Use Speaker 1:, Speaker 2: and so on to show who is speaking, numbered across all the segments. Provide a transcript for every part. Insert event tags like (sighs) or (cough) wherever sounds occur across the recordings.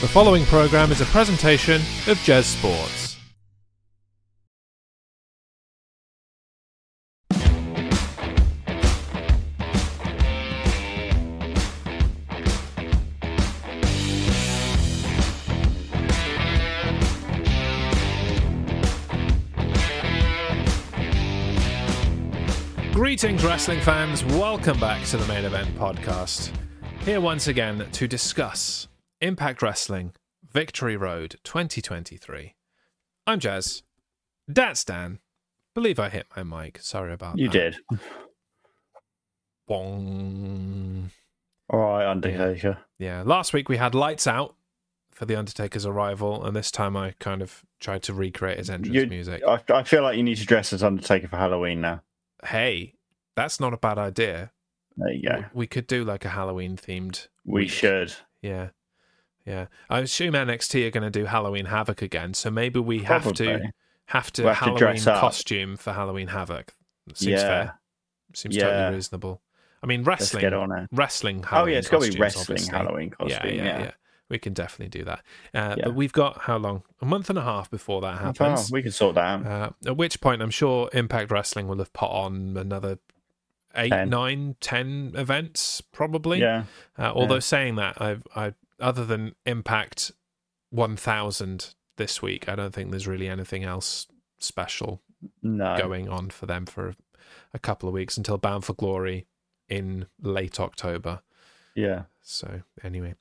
Speaker 1: The following program is a presentation of Jez Sports. Greetings, wrestling fans. Welcome back to the Main Event Podcast. Here once again to discuss Impact Wrestling Victory Road 2023. I'm Jazz. That's Dan. Believe I hit my mic. Sorry about
Speaker 2: You
Speaker 1: that.
Speaker 2: did.
Speaker 1: Boing.
Speaker 2: All right, Undertaker.
Speaker 1: Yeah, last week we had Lights Out for The Undertaker's arrival, and this time I kind of tried to recreate his entrance
Speaker 2: You-
Speaker 1: music.
Speaker 2: I, I feel like you need to dress as Undertaker for Halloween now.
Speaker 1: hey, that's not a bad idea.
Speaker 2: There you go.
Speaker 1: W- We could do like a Halloween themed.
Speaker 2: We should.
Speaker 1: Yeah. Yeah. I assume NXT are going to do Halloween Havoc again, so maybe we have to
Speaker 2: Probably.
Speaker 1: have to
Speaker 2: We'll have to
Speaker 1: Halloween
Speaker 2: dress up.
Speaker 1: costume for Halloween Havoc. Seems
Speaker 2: yeah.
Speaker 1: fair. Seems
Speaker 2: Yeah.
Speaker 1: totally reasonable. I mean,
Speaker 2: Let's
Speaker 1: wrestling
Speaker 2: get on it.
Speaker 1: wrestling
Speaker 2: Oh
Speaker 1: Halloween
Speaker 2: yeah, it's got to be
Speaker 1: costumes,
Speaker 2: wrestling
Speaker 1: obviously.
Speaker 2: Halloween costume. Yeah,
Speaker 1: We can definitely do that. Uh,
Speaker 2: Yeah.
Speaker 1: But we've got how long? A month and a half before that
Speaker 2: Oh,
Speaker 1: happens.
Speaker 2: we can sort that out.
Speaker 1: Uh, at which point, I'm sure Impact Wrestling will have put on another eight,
Speaker 2: Ten.
Speaker 1: nine, ten events, probably.
Speaker 2: yeah,
Speaker 1: Uh, although saying that, I've, I other than Impact 1000 this week, I don't think there's really anything else special
Speaker 2: no,
Speaker 1: going on for them for a couple of weeks until Bound for Glory in late October.
Speaker 2: yeah,
Speaker 1: So anyway,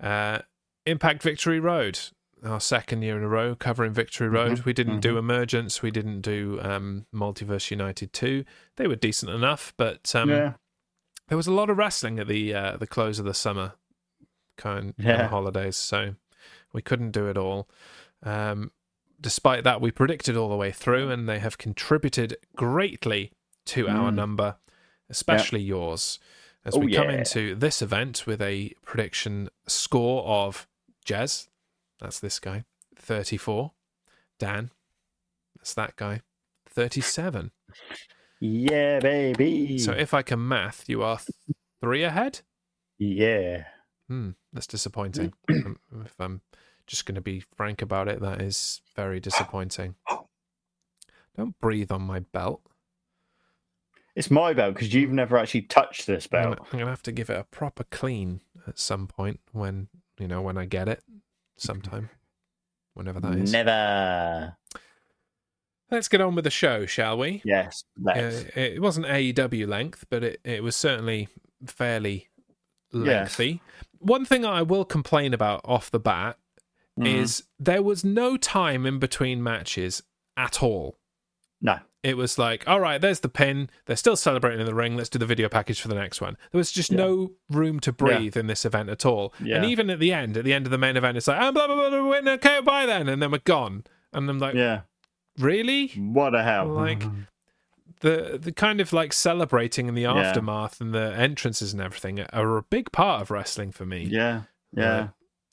Speaker 1: uh, Impact Victory Road, our second year in a row covering Victory Road. We didn't do Emergence, we didn't do um, Multiverse United two. They were decent enough, but um,
Speaker 2: yeah.
Speaker 1: there was a lot of wrestling at the uh, the close of the summer kind kind
Speaker 2: Yeah.
Speaker 1: of holidays, so we couldn't do it all. Um, despite that, we predicted all the way through, and they have contributed greatly to our
Speaker 2: Mm.
Speaker 1: number, especially yours. As
Speaker 2: Oh,
Speaker 1: we come
Speaker 2: yeah.
Speaker 1: into this event with a prediction score of Jez, that's this guy, 34. Dan, that's that guy, 37.
Speaker 2: Yeah, baby.
Speaker 1: So if I can math, you are th- three ahead.
Speaker 2: yeah,
Speaker 1: Hmm, that's disappointing.
Speaker 2: Mm.
Speaker 1: (clears throat) Um, if I'm just going to be frank about it, that is very disappointing. Don't breathe on my belt.
Speaker 2: it's my belt because you've never actually touched this
Speaker 1: I'm gonna-
Speaker 2: belt.
Speaker 1: I'm going to have to give it a proper clean at some point when you know when I get it, sometime, whenever oh, that is.
Speaker 2: Never.
Speaker 1: Let's get on with the show, shall we?
Speaker 2: Yes,
Speaker 1: Uh,
Speaker 2: let's.
Speaker 1: it wasn't AEW length, but it, it was certainly fairly
Speaker 2: Yes.
Speaker 1: lengthy. One thing I will complain about off the bat
Speaker 2: Mm.
Speaker 1: is there was no time in between matches at all.
Speaker 2: no.
Speaker 1: It was like, all right, there's the pin. They're still celebrating in the ring. Let's do the video package for the next one. There was just
Speaker 2: Yeah.
Speaker 1: no room to breathe in this event at all.
Speaker 2: Yeah.
Speaker 1: And even at the end, at the end of the main event, it's like, I'm blah, blah, blah, blah, winner, okay, bye then. And then we're gone. And I'm like,
Speaker 2: Yeah.
Speaker 1: really?
Speaker 2: What the hell? Mm.
Speaker 1: Like, the the kind of like celebrating in the
Speaker 2: Yeah.
Speaker 1: aftermath and the entrances and everything are a big part of wrestling for me.
Speaker 2: Yeah. Yeah.
Speaker 1: Like,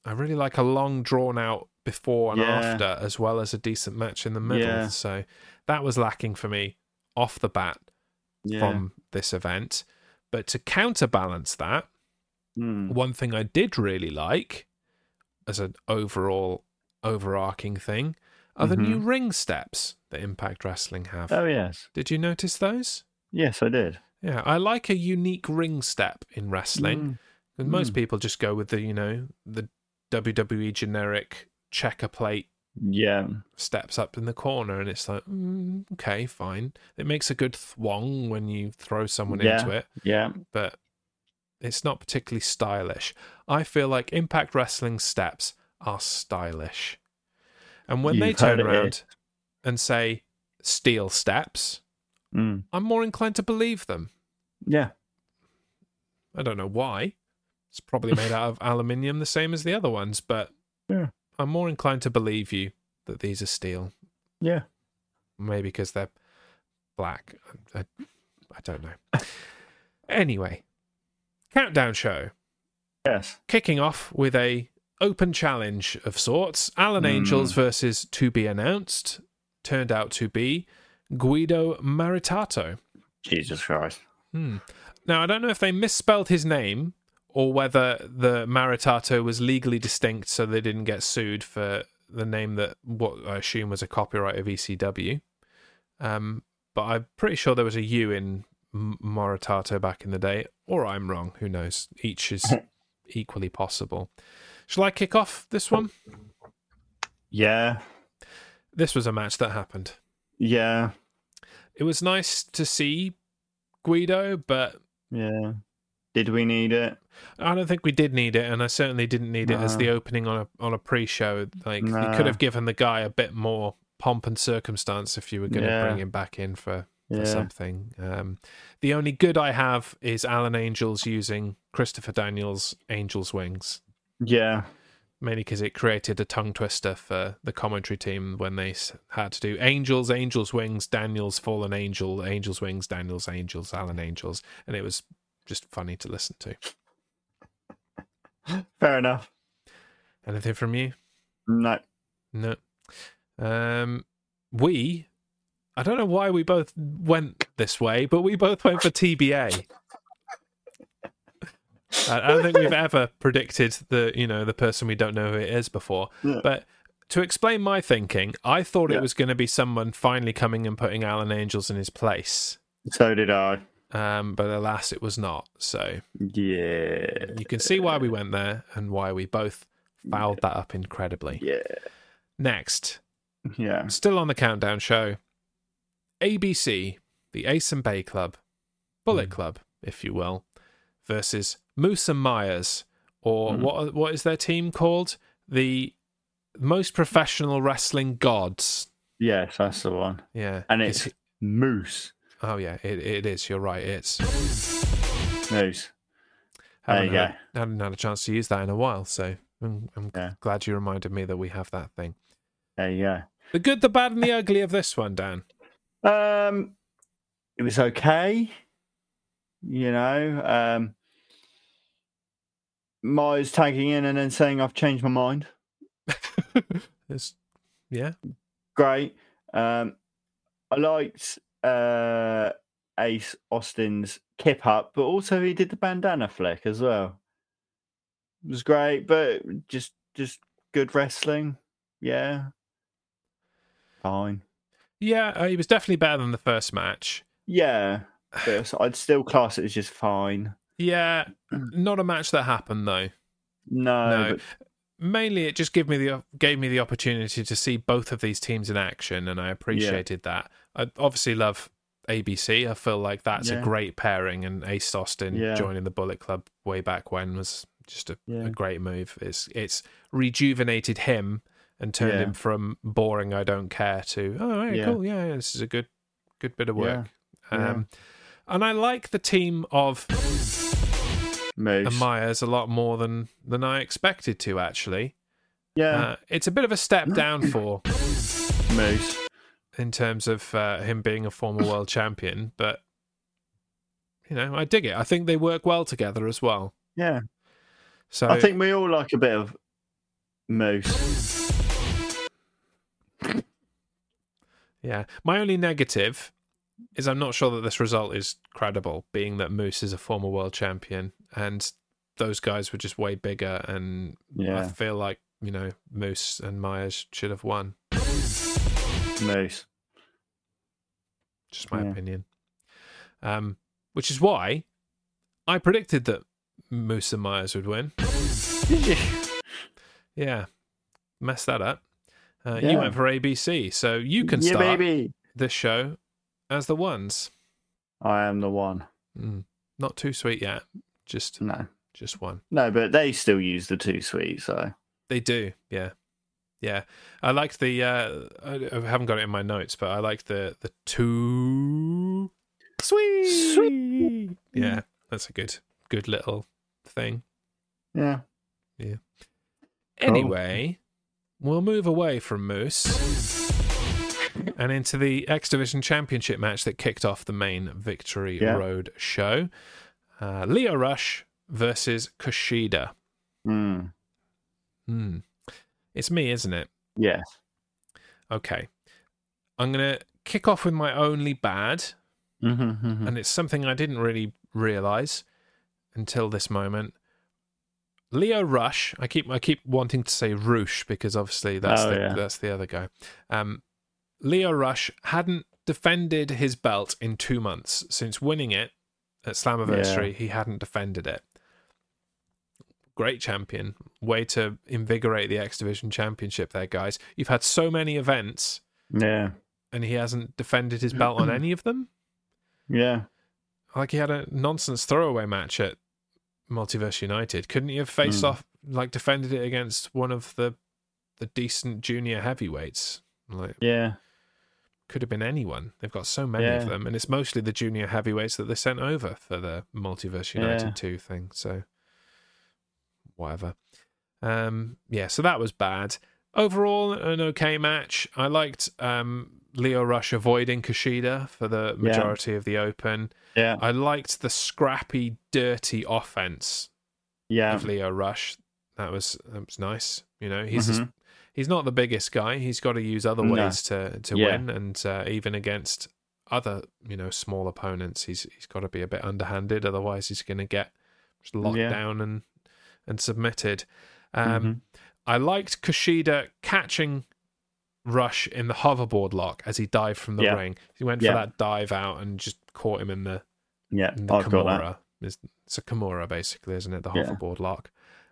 Speaker 1: I really like a long drawn out before and
Speaker 2: Yeah.
Speaker 1: after as well as a decent match in the middle.
Speaker 2: Yeah.
Speaker 1: So that was lacking for me off the bat
Speaker 2: yeah.
Speaker 1: from this event. But to counterbalance that,
Speaker 2: Mm.
Speaker 1: one thing I did really like as an overall overarching thing are the
Speaker 2: Mhm.
Speaker 1: new ring steps that Impact Wrestling have.
Speaker 2: Oh yes.
Speaker 1: Did you notice those?
Speaker 2: Yes, I did.
Speaker 1: Yeah, I like a unique ring step in wrestling.
Speaker 2: Mm.
Speaker 1: And most
Speaker 2: Mm.
Speaker 1: people just go with the, you know, the WWE generic checker plate
Speaker 2: Mm. Yeah.
Speaker 1: steps up in the corner, and it's like, mm, okay, fine. It makes a good thwong when you throw someone
Speaker 2: Yeah.
Speaker 1: into it,
Speaker 2: Yeah.
Speaker 1: but it's not particularly stylish. I feel like Impact Wrestling steps are stylish, and when they
Speaker 2: You've heard
Speaker 1: turn
Speaker 2: it here.
Speaker 1: around and say steel steps,
Speaker 2: Mm.
Speaker 1: I'm more inclined to believe them.
Speaker 2: Yeah.
Speaker 1: I don't know why. It's probably made out
Speaker 2: (laughs)
Speaker 1: of aluminium, the same as the other ones, but
Speaker 2: Yeah.
Speaker 1: I'm more inclined to believe you that these are steel.
Speaker 2: Yeah.
Speaker 1: Maybe because they're black. I, I, I don't know. (laughs) anyway, countdown show
Speaker 2: Yes.
Speaker 1: kicking off with a open challenge of sorts. Alan
Speaker 2: Hmm.
Speaker 1: Angels versus to be announced turned out to be Guido Maritato.
Speaker 2: Jesus Christ.
Speaker 1: Hmm. Now I don't know if they misspelled his name or whether the Maritato was legally distinct, so they didn't get sued for the name that what I assume was a copyright of ECW. Um, but I'm pretty sure there was a U in M- Maritato back in the day, or I'm wrong. Who knows? Each is equally possible. Shall I kick off this one?
Speaker 2: Yeah.
Speaker 1: This was a match that happened.
Speaker 2: Yeah.
Speaker 1: It was nice to see Guido, but
Speaker 2: Yeah. Did we need it?
Speaker 1: I don't think we did need it, and I certainly didn't need it as
Speaker 2: No.
Speaker 1: the opening on a on a pre-show. Like
Speaker 2: No.
Speaker 1: you could have given the guy a bit more pomp and circumstance if you were going to
Speaker 2: Yeah.
Speaker 1: bring him back in for, for
Speaker 2: Yeah.
Speaker 1: something. Um, the only good I have is Alan Angels using Christopher Daniels' Angels Wings,
Speaker 2: Yeah.
Speaker 1: mainly because it created a tongue twister for the commentary team when they s- had to do Angels, Angels Wings, Daniels Fallen Angel, Angels Wings, Daniels Angels, Alan Angels, and it was just funny to listen to.
Speaker 2: Fair enough.
Speaker 1: Anything from you?
Speaker 2: No.
Speaker 1: No. Um, we, I don't know why we both went this way, but we both went for TBA. I I don't think
Speaker 2: (laughs)
Speaker 1: we've ever predicted the you know the person we don't know who it is before.
Speaker 2: Yeah.
Speaker 1: But to explain my thinking, I thought
Speaker 2: Yeah.
Speaker 1: it was going to be someone finally coming and putting Alan Angels in his place.
Speaker 2: So did I.
Speaker 1: Um, but alas, it was not. So
Speaker 2: Yeah.
Speaker 1: you can see why we went there and why we both fouled that up incredibly.
Speaker 2: Yeah.
Speaker 1: Next,
Speaker 2: Yeah.
Speaker 1: Still on the countdown show. ABC, the Ace and Bay Club,
Speaker 2: Hmm.
Speaker 1: Bullet Club, if you will, versus Moose and Myers, or
Speaker 2: Mm.
Speaker 1: what what is their team called? The most professional wrestling gods.
Speaker 2: Yes, that's the one.
Speaker 1: Yeah,
Speaker 2: And it's moose.
Speaker 1: oh yeah, it, it is. You're right. It's
Speaker 2: Moose. There
Speaker 1: haven't
Speaker 2: you
Speaker 1: had, hadn't had a chance to use that in a while, so I'm, I'm
Speaker 2: Yeah.
Speaker 1: glad you reminded me that we have that thing.
Speaker 2: There you go.
Speaker 1: The good, the bad, and
Speaker 2: (laughs)
Speaker 1: the ugly of this one, Dan.
Speaker 2: Um, it was okay. You know, um, Myers tagging in and then saying I've changed my mind.
Speaker 1: It's, yeah,
Speaker 2: Great. Um, I liked uh, Ace Austin's kip up, but also he did the bandana flick as well. It was great, but just just good wrestling. Yeah. Fine.
Speaker 1: yeah, uh, he was definitely better than the first match. (sighs)
Speaker 2: Yeah. But it was- I'd still class it as just fine. (clears throat)
Speaker 1: Yeah, not a match that happened though.
Speaker 2: No,
Speaker 1: No.
Speaker 2: but
Speaker 1: Mainly, it just gave me the gave me the opportunity to see both of these teams in action, and I appreciated that. I obviously love ABC. I feel like that's a
Speaker 2: Yeah.
Speaker 1: great pairing, and Ace Austin
Speaker 2: Yeah.
Speaker 1: joining the Bullet Club way back when was just a,
Speaker 2: Yeah.
Speaker 1: a great move. It's it's rejuvenated him and turned
Speaker 2: Yeah.
Speaker 1: him from boring I don't care to oh right,
Speaker 2: Yeah.
Speaker 1: cool yeah yeah, this is a good good bit of work.
Speaker 2: Yeah.
Speaker 1: Um, and I like the team of
Speaker 2: Moose.
Speaker 1: and Myers a lot more than than I expected to. Actually,
Speaker 2: yeah,
Speaker 1: uh, it's a bit of a step down for uh,
Speaker 2: Moose.
Speaker 1: in terms of uh, him being a former world champion, but you know, I dig it. I think they work well together as well.
Speaker 2: Yeah,
Speaker 1: So
Speaker 2: I think we all like a bit of Moose.
Speaker 1: yeah, my only negative is I'm not sure that this result is credible, being that Moose is a former world champion and those guys were just way bigger, and I
Speaker 2: Yeah,
Speaker 1: feel like you know Moose and Myers should have won. (laughs)
Speaker 2: Moose.
Speaker 1: just my
Speaker 2: Yeah.
Speaker 1: opinion. Um, which is why I predicted that Moose and Myers would win. Yeah, messed that up. Uh, You
Speaker 2: Yeah.
Speaker 1: went for ABC, so you can
Speaker 2: yeah,
Speaker 1: start
Speaker 2: baby.
Speaker 1: this show as the ones.
Speaker 2: I am the one.
Speaker 1: Mm, not too sweet yet, just
Speaker 2: No,
Speaker 1: just one.
Speaker 2: no, but they still use the two sweet. So
Speaker 1: They do, yeah, yeah. I liked the. Uh, I, I haven't got it in my notes, but I liked the the two sweet.
Speaker 2: Sweet.
Speaker 1: Yeah, that's a good good little thing.
Speaker 2: yeah, Cool.
Speaker 1: Anyway, we'll move away from Moose and into the X Division Championship match that kicked off the main Victory
Speaker 2: Yeah.
Speaker 1: Road show. Uh, Leo Rush versus Kushida.
Speaker 2: mm.
Speaker 1: Hmm. It's me, isn't it?
Speaker 2: yes,
Speaker 1: Okay. I'm going to kick off with my only bad,
Speaker 2: mm-hmm,
Speaker 1: and it's something I didn't really realize until this moment. Leo Rush. I keep I keep wanting to say Roosh because obviously that's
Speaker 2: Oh,
Speaker 1: the,
Speaker 2: yeah.
Speaker 1: that's the other guy. Um, Leo Rush hadn't defended his belt in two months since winning it at Slammiversary. He hadn't defended it. Great champion. Way to invigorate the X Division Championship there, guys. You've had so many events
Speaker 2: Yeah.
Speaker 1: and he hasn't defended his belt
Speaker 2: (clears throat)
Speaker 1: on any of them.
Speaker 2: Yeah.
Speaker 1: Like he had a nonsense throwaway match at Multiverse United. Couldn't he have faced
Speaker 2: Hmm.
Speaker 1: off like defended it against one of the the decent junior heavyweights? Like
Speaker 2: Yeah.
Speaker 1: could have been anyone. They've got so many of
Speaker 2: Yeah.
Speaker 1: them, and it's mostly the junior heavyweights that they sent over for the Multiverse United
Speaker 2: Yeah.
Speaker 1: two thing. So whatever. Um, yeah, so that was bad. Overall, an okay match. I liked um, Leo Rush avoiding Kushida for the
Speaker 2: Yeah.
Speaker 1: majority of the open.
Speaker 2: Yeah.
Speaker 1: I liked the scrappy, dirty offense
Speaker 2: Yeah.
Speaker 1: of Leo Rush. That was that was nice. You know, he's he's not the biggest guy. He's got to use other
Speaker 2: Mm-hmm. No.
Speaker 1: ways to to
Speaker 2: Yeah.
Speaker 1: win, and uh, even against other you know small opponents, he's he's got to be a bit underhanded. Otherwise, he's going to get just locked
Speaker 2: Yeah.
Speaker 1: down and and submitted. Um,
Speaker 2: Mhm.
Speaker 1: I liked Kushida catching Rush in the hoverboard lock as he dived from the
Speaker 2: Yeah.
Speaker 1: ring. He went
Speaker 2: Yeah.
Speaker 1: for that dive out and just caught him in the
Speaker 2: Yeah.
Speaker 1: and the
Speaker 2: I've got that.
Speaker 1: Kimura. It's, it's a Kimura, basically, isn't it? The
Speaker 2: Yeah.
Speaker 1: hoverboard lock.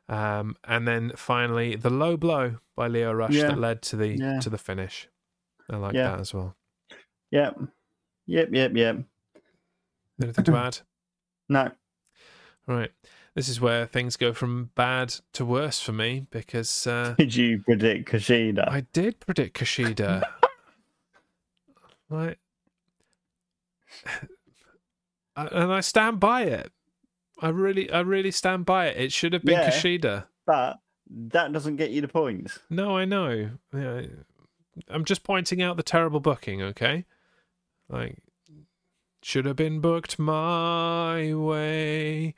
Speaker 1: Um, and then finally, the low blow by Leo Rush
Speaker 2: Yeah.
Speaker 1: that led to the
Speaker 2: Yeah.
Speaker 1: to the finish. I like
Speaker 2: Yeah.
Speaker 1: that as well.
Speaker 2: Yep. Yep. Yep. Yep.
Speaker 1: Anything to add?
Speaker 2: No. (laughs)
Speaker 1: Right. This is where things go from bad to worse for me because uh,
Speaker 2: Did you predict Kushida?
Speaker 1: I did predict
Speaker 2: (laughs)
Speaker 1: Kushida. like, (laughs) I- and I stand by it. I really, I really stand by it. It should have been
Speaker 2: Yeah.
Speaker 1: Kushida.
Speaker 2: But that doesn't get you the points. (coughs)
Speaker 1: No, I know. Yeah, I'm just pointing out the terrible booking, okay? Like, should have been booked my way.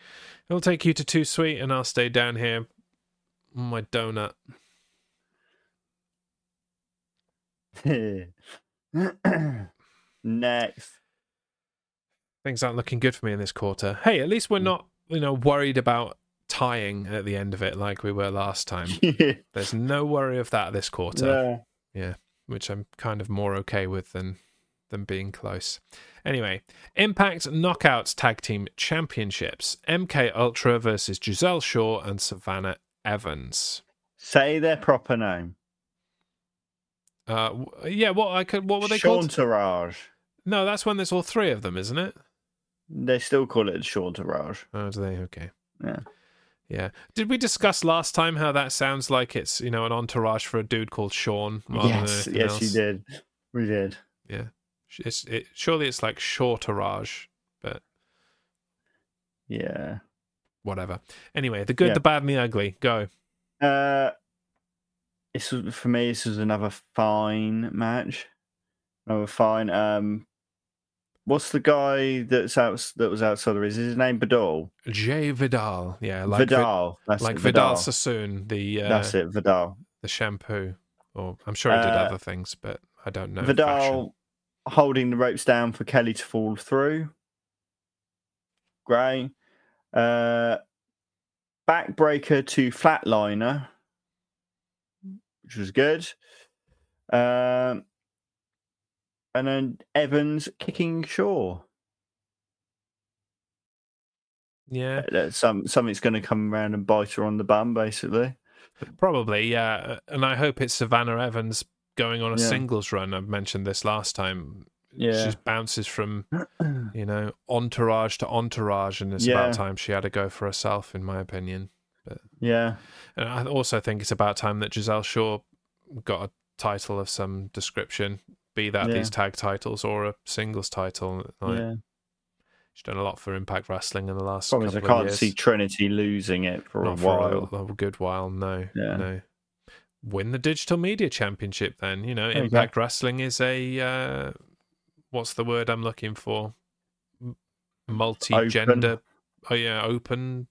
Speaker 1: It'll take you to Too Sweet, and I'll stay down here on my donut.
Speaker 2: Next.
Speaker 1: Things aren't looking good for me in this quarter. Hey, at least we're not, you know, worried about tying at the end of it like we were last time.
Speaker 2: (laughs)
Speaker 1: There's no worry of that this quarter.
Speaker 2: Yeah.
Speaker 1: which I'm kind of more okay with than than being close. Anyway, Impact Knockouts Tag Team Championships: MK Ultra versus Giselle Shaw and Savannah Evans.
Speaker 2: Say their proper name.
Speaker 1: Uh, w- yeah, what I could, what were they called?
Speaker 2: Chantourage.
Speaker 1: No, that's when there's all three of them, isn't it?
Speaker 2: They still call it Chantourage.
Speaker 1: Oh, do they? Okay.
Speaker 2: Yeah.
Speaker 1: Yeah. Did we discuss last time how that sounds like it's you know an entourage for a dude called Sean? rather than
Speaker 2: yes.
Speaker 1: anything
Speaker 2: Yes, you
Speaker 1: else?
Speaker 2: did. We did.
Speaker 1: It's, it, surely it's like Shorterage, but
Speaker 2: Yeah.
Speaker 1: whatever. Anyway, the good,
Speaker 2: Yeah.
Speaker 1: the bad, and the ugly. Go.
Speaker 2: Uh, this was, for me. This was another fine match. Another fine. Um, what's the guy that's out that was outside the ring? Is his name Vidal?
Speaker 1: Jay Vidal. Yeah, like Vid-
Speaker 2: Vidal. that's
Speaker 1: like
Speaker 2: it,
Speaker 1: Vidal, Sassoon, the uh,
Speaker 2: That's it. Vidal.
Speaker 1: the shampoo. Or I'm sure he did
Speaker 2: Uh,
Speaker 1: other things, but I don't know.
Speaker 2: Vidal
Speaker 1: fashion.
Speaker 2: holding the ropes down for Kelly to fall through. Great. Uh, backbreaker to flatliner, which was good. Um, and then Evans kicking Shaw.
Speaker 1: Yeah,
Speaker 2: That Some something's going to come around and bite her on the bum, basically.
Speaker 1: probably. Yeah, and I hope it's Savannah Evans going on a
Speaker 2: Yeah.
Speaker 1: singles run. I mentioned this last time. She
Speaker 2: Yeah.
Speaker 1: just bounces
Speaker 2: (clears throat)
Speaker 1: from you know entourage to entourage, and it's
Speaker 2: Yeah.
Speaker 1: about time she had a go for herself, in my opinion.
Speaker 2: yeah.
Speaker 1: And I also think it's about time that Giselle Shaw got a title of some description, be that
Speaker 2: Yeah.
Speaker 1: these tag titles or a singles title. Like,
Speaker 2: yeah.
Speaker 1: She's done a lot for Impact Wrestling in the last
Speaker 2: Problem is, I
Speaker 1: couple
Speaker 2: can't
Speaker 1: of years.
Speaker 2: see Trinity losing it for
Speaker 1: Not
Speaker 2: a while.
Speaker 1: for a, a good while. No,
Speaker 2: Yeah.
Speaker 1: no. Win the Digital Media Championship, then. You know,
Speaker 2: There you go.
Speaker 1: Impact Wrestling is a uh, what's the word I'm looking for? Multi-gender. Oh yeah, open.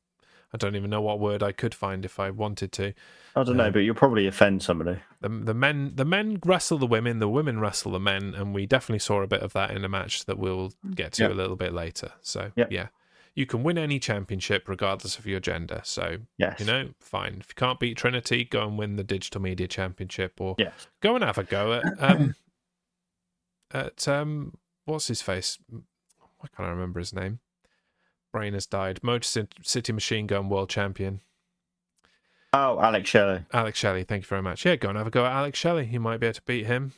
Speaker 1: I don't even know what word I could find if I wanted to.
Speaker 2: I don't
Speaker 1: Yeah.
Speaker 2: know, but you'll probably offend somebody.
Speaker 1: The, the men the men wrestle the women, the women wrestle the men, and we definitely saw a bit of that in a match that we'll get to
Speaker 2: Yep.
Speaker 1: a little bit later. So
Speaker 2: Yep.
Speaker 1: yeah, You can win any championship regardless of your gender. So,
Speaker 2: Yes.
Speaker 1: you know, fine. If you can't beat Trinity, go and win the Digital Media Championship or
Speaker 2: Yes.
Speaker 1: go and have a go at um at um what's his face? Why can't I remember his name? Brain has died. Motor Cit- City Machine Gun World Champion.
Speaker 2: Oh, Alex Shelley.
Speaker 1: Alex Shelley, thank you very much. Yeah, go and have a go at Alex Shelley. You might be able to beat him.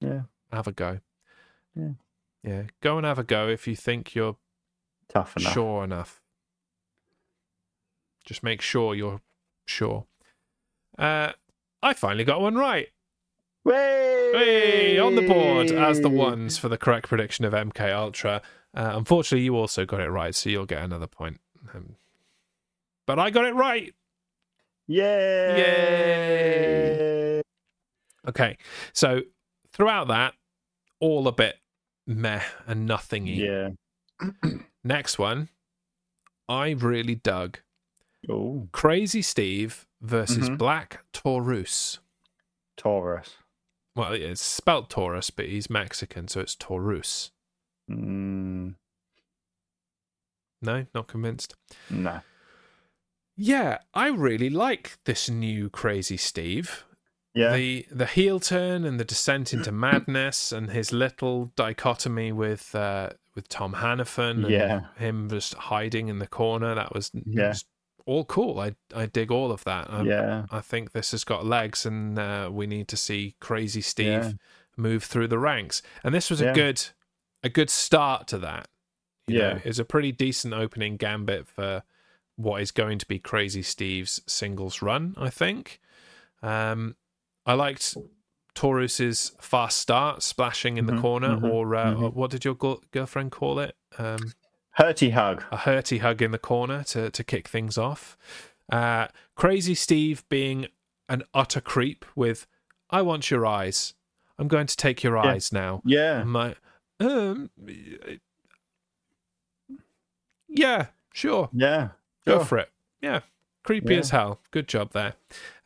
Speaker 2: Yeah.
Speaker 1: Have a go.
Speaker 2: Yeah.
Speaker 1: Yeah. Go and have a go if you think you're
Speaker 2: Tough enough.
Speaker 1: sure enough. Just make sure you're sure. Uh, I finally got one right. Hey, on the board as the
Speaker 2: Whey!
Speaker 1: ones for the correct prediction of MK Ultra. Uh, unfortunately, you also got it right, so you'll get another point. Um, but I got it right.
Speaker 2: Yay! Yay!
Speaker 1: Okay, so throughout that, all a bit meh and nothingy.
Speaker 2: Yeah.
Speaker 1: Next one, I really dug
Speaker 2: Oh,
Speaker 1: Crazy Steve versus
Speaker 2: Mhm.
Speaker 1: Black Taurus.
Speaker 2: Taurus.
Speaker 1: Well, it's spelt Taurus, but he's Mexican, so it's Taurus.
Speaker 2: Mm,
Speaker 1: No, not convinced.
Speaker 2: no.
Speaker 1: Yeah, I really like this new Crazy Steve.
Speaker 2: Yeah.
Speaker 1: The the heel turn and the descent
Speaker 2: (clears throat)
Speaker 1: into madness and his little dichotomy with uh, with Tom Hannafin and
Speaker 2: Yeah.
Speaker 1: him just hiding in the corner. That was,
Speaker 2: Yeah.
Speaker 1: was all cool. I I dig all of that. I,
Speaker 2: yeah.
Speaker 1: I think this has got legs, and uh, we need to see Crazy Steve
Speaker 2: Yeah.
Speaker 1: move through the ranks. And this was a
Speaker 2: Yeah.
Speaker 1: good, a good start to that. You know,
Speaker 2: Yeah.
Speaker 1: it's a pretty decent opening gambit for what is going to be Crazy Steve's singles run. I think. Um, I liked Taurus's fast start, splashing in the
Speaker 2: Mhm,
Speaker 1: corner,
Speaker 2: mhm,
Speaker 1: or uh,
Speaker 2: mhm.
Speaker 1: what did your girl- girlfriend call it? Um,
Speaker 2: Hurty hug.
Speaker 1: a hurty hug in the corner to, to kick things off. Uh, Crazy Steve being an utter creep with, I want your eyes. I'm going to take your
Speaker 2: Yeah.
Speaker 1: eyes now.
Speaker 2: Yeah.
Speaker 1: I'm like, um, yeah, sure.
Speaker 2: Yeah.
Speaker 1: Go
Speaker 2: Sure.
Speaker 1: for it. Yeah. Creepy
Speaker 2: Yeah.
Speaker 1: as hell. Good job there.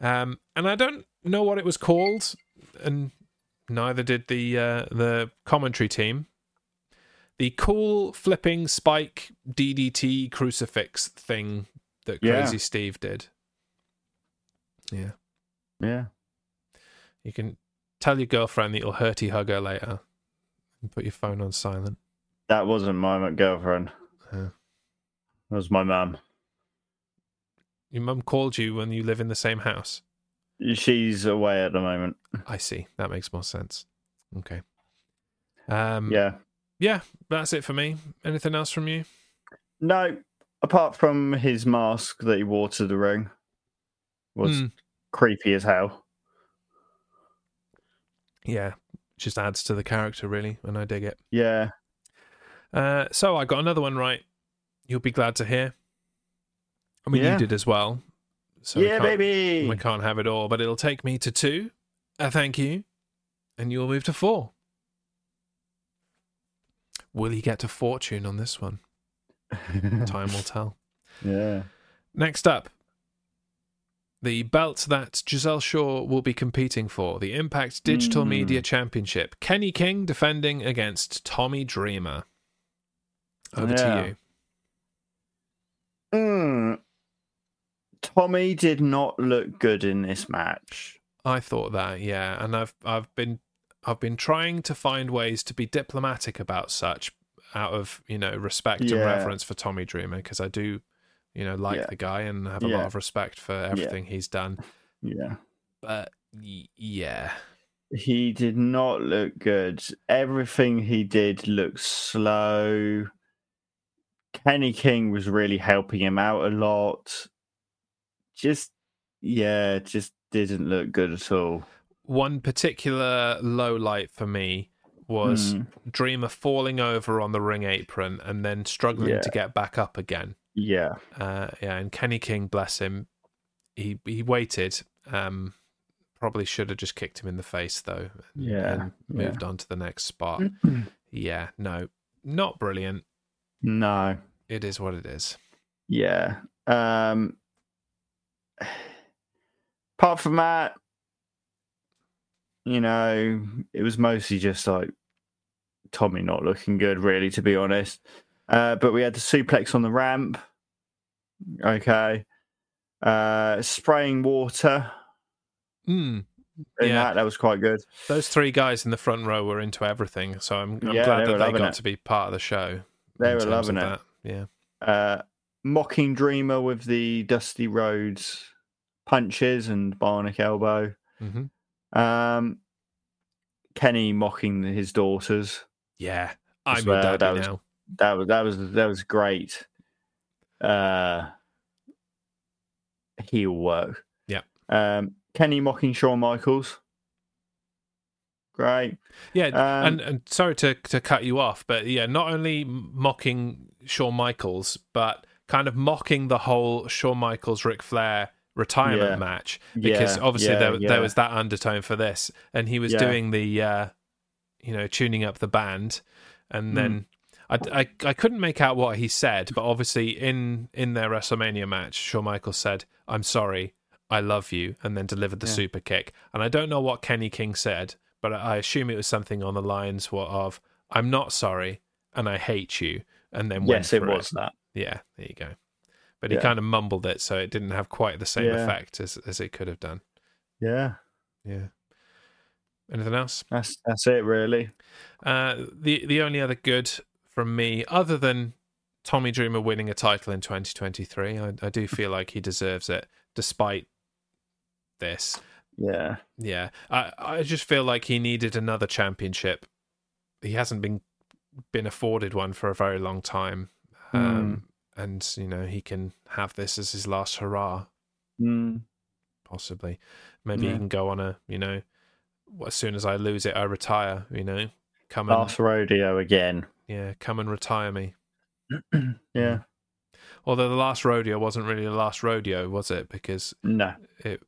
Speaker 1: Um, and I don't know what it was called, and neither did the uh, the commentary team. The cool flipping spike DDT crucifix thing that
Speaker 2: Yeah.
Speaker 1: Crazy Steve did. Yeah.
Speaker 2: Yeah.
Speaker 1: You can tell your girlfriend that you'll hurty hug her later and put your phone on silent.
Speaker 2: That wasn't my girlfriend.
Speaker 1: Yeah.
Speaker 2: That was my mum.
Speaker 1: Your mum called you when you live in the same house.
Speaker 2: She's away at the moment.
Speaker 1: I see. That makes more sense. Okay. Um,
Speaker 2: Yeah.
Speaker 1: yeah, that's it for me. Anything else from you?
Speaker 2: No, apart from his mask that he wore to the ring was
Speaker 1: Mm.
Speaker 2: creepy as hell.
Speaker 1: Yeah, just adds to the character really, and I dig it.
Speaker 2: Yeah.
Speaker 1: Uh, so I got another one right. You'll be glad to hear. I mean,
Speaker 2: Yeah.
Speaker 1: you did as well. So we
Speaker 2: yeah,
Speaker 1: can't-
Speaker 2: baby.
Speaker 1: We can't have it all, but it'll take me to two. Uh, thank you, and you'll move to four. Will he get to fortune on this
Speaker 2: (laughs)
Speaker 1: one? Time will tell.
Speaker 2: yeah.
Speaker 1: Next up, the belt that Giselle Shaw will be competing for, the Impact Digital
Speaker 2: Mm.
Speaker 1: Media Championship. Kenny King defending against Tommy Dreamer. Over
Speaker 2: Yeah.
Speaker 1: to you.
Speaker 2: Mm. Tommy did not look good in this match.
Speaker 1: I thought that, yeah, and I've I've been I've been trying to find ways to be diplomatic about such out of, you know, respect and
Speaker 2: Yeah.
Speaker 1: reverence for Tommy Dreamer because I do, you know, like
Speaker 2: Yeah.
Speaker 1: the guy and have a
Speaker 2: Yeah.
Speaker 1: lot of respect for everything he's done.
Speaker 2: Yeah.
Speaker 1: But y- yeah.
Speaker 2: He did not look good. Everything he did looked slow. Kenny King was really helping him out a lot. Just, yeah, just didn't look good at all.
Speaker 1: one particular low light for me was
Speaker 2: Mm.
Speaker 1: Dreamer falling over on the ring apron and then struggling
Speaker 2: Yeah.
Speaker 1: to get back up again.
Speaker 2: Yeah, (clears throat)
Speaker 1: Uh, yeah, and Kenny King, bless him, he he waited. Um, probably should have just kicked him in the face though. and-
Speaker 2: yeah, Hmm.
Speaker 1: and moved on to the next spot. yeah, no, not brilliant.
Speaker 2: no,
Speaker 1: It is what it is.
Speaker 2: yeah. Um, (sighs) apart from that, you know, it was mostly just like Tommy not looking good, really, to be honest. Uh, but we had the suplex on the ramp. Okay. Uh, spraying water
Speaker 1: Mm.
Speaker 2: in
Speaker 1: Yeah.
Speaker 2: that. That was quite good.
Speaker 1: Those three guys in the front row were into everything, so I'm, I'm
Speaker 2: Yeah,
Speaker 1: glad
Speaker 2: they
Speaker 1: that
Speaker 2: were
Speaker 1: they
Speaker 2: loving
Speaker 1: got
Speaker 2: it.
Speaker 1: to be part of the show.
Speaker 2: They
Speaker 1: in
Speaker 2: were
Speaker 1: terms of
Speaker 2: loving it.
Speaker 1: that. Yeah.
Speaker 2: Uh, mocking Dreamer with the Dusty Rhodes punches and Bionic elbow.
Speaker 1: hmm
Speaker 2: Um, Kenny mocking his daughters.
Speaker 1: Yeah. I'm
Speaker 2: well,
Speaker 1: your daddy
Speaker 2: that was-
Speaker 1: now.
Speaker 2: That was that was that was great. Uh, heel work.
Speaker 1: Yep.
Speaker 2: Um, Kenny mocking Shawn Michaels. Great.
Speaker 1: Yeah.
Speaker 2: Um,
Speaker 1: and, and sorry to, to cut you off, but yeah, not only m- mocking Shawn Michaels, but kind of mocking the whole Shawn Michaels Ric Flair retirement
Speaker 2: Yeah.
Speaker 1: match because
Speaker 2: Yeah,
Speaker 1: obviously
Speaker 2: yeah,
Speaker 1: there,
Speaker 2: yeah.
Speaker 1: there was that undertone for this, and he was
Speaker 2: Yeah.
Speaker 1: doing the, uh, you know, tuning up the band, and
Speaker 2: Mm.
Speaker 1: then. I, I, I couldn't make out what he said, but obviously in, in their WrestleMania match, Shawn Michaels said, "I'm sorry, I love you," and then delivered the
Speaker 2: Yeah.
Speaker 1: super kick. And I don't know what Kenny King said, but I assume it was something on the lines what of "I'm not sorry and I hate you," and then went
Speaker 2: yes, it
Speaker 1: for
Speaker 2: was that.
Speaker 1: Yeah, there you go. But he
Speaker 2: Yeah.
Speaker 1: kind of mumbled it, so it didn't have quite the same
Speaker 2: Yeah.
Speaker 1: effect as as it could have done.
Speaker 2: Yeah,
Speaker 1: Yeah. Anything else?
Speaker 2: that's that's it really.
Speaker 1: Uh, the the only other good from me, other than Tommy Dreamer winning a title in 2023, I, I do feel like he deserves it, despite this.
Speaker 2: Yeah,
Speaker 1: Yeah, I I just feel like he needed another championship. He hasn't been been afforded one for a very long time,
Speaker 2: Hmm.
Speaker 1: um, and you know he can have this as his last hurrah,
Speaker 2: mm,
Speaker 1: possibly. Maybe he
Speaker 2: Yeah.
Speaker 1: can go on a you know, as soon as I lose it, I retire. You know, come and
Speaker 2: last rodeo again.
Speaker 1: yeah, come and retire me.
Speaker 2: Yeah,
Speaker 1: Although the last rodeo wasn't really the last rodeo, was it? Because
Speaker 2: no,
Speaker 1: it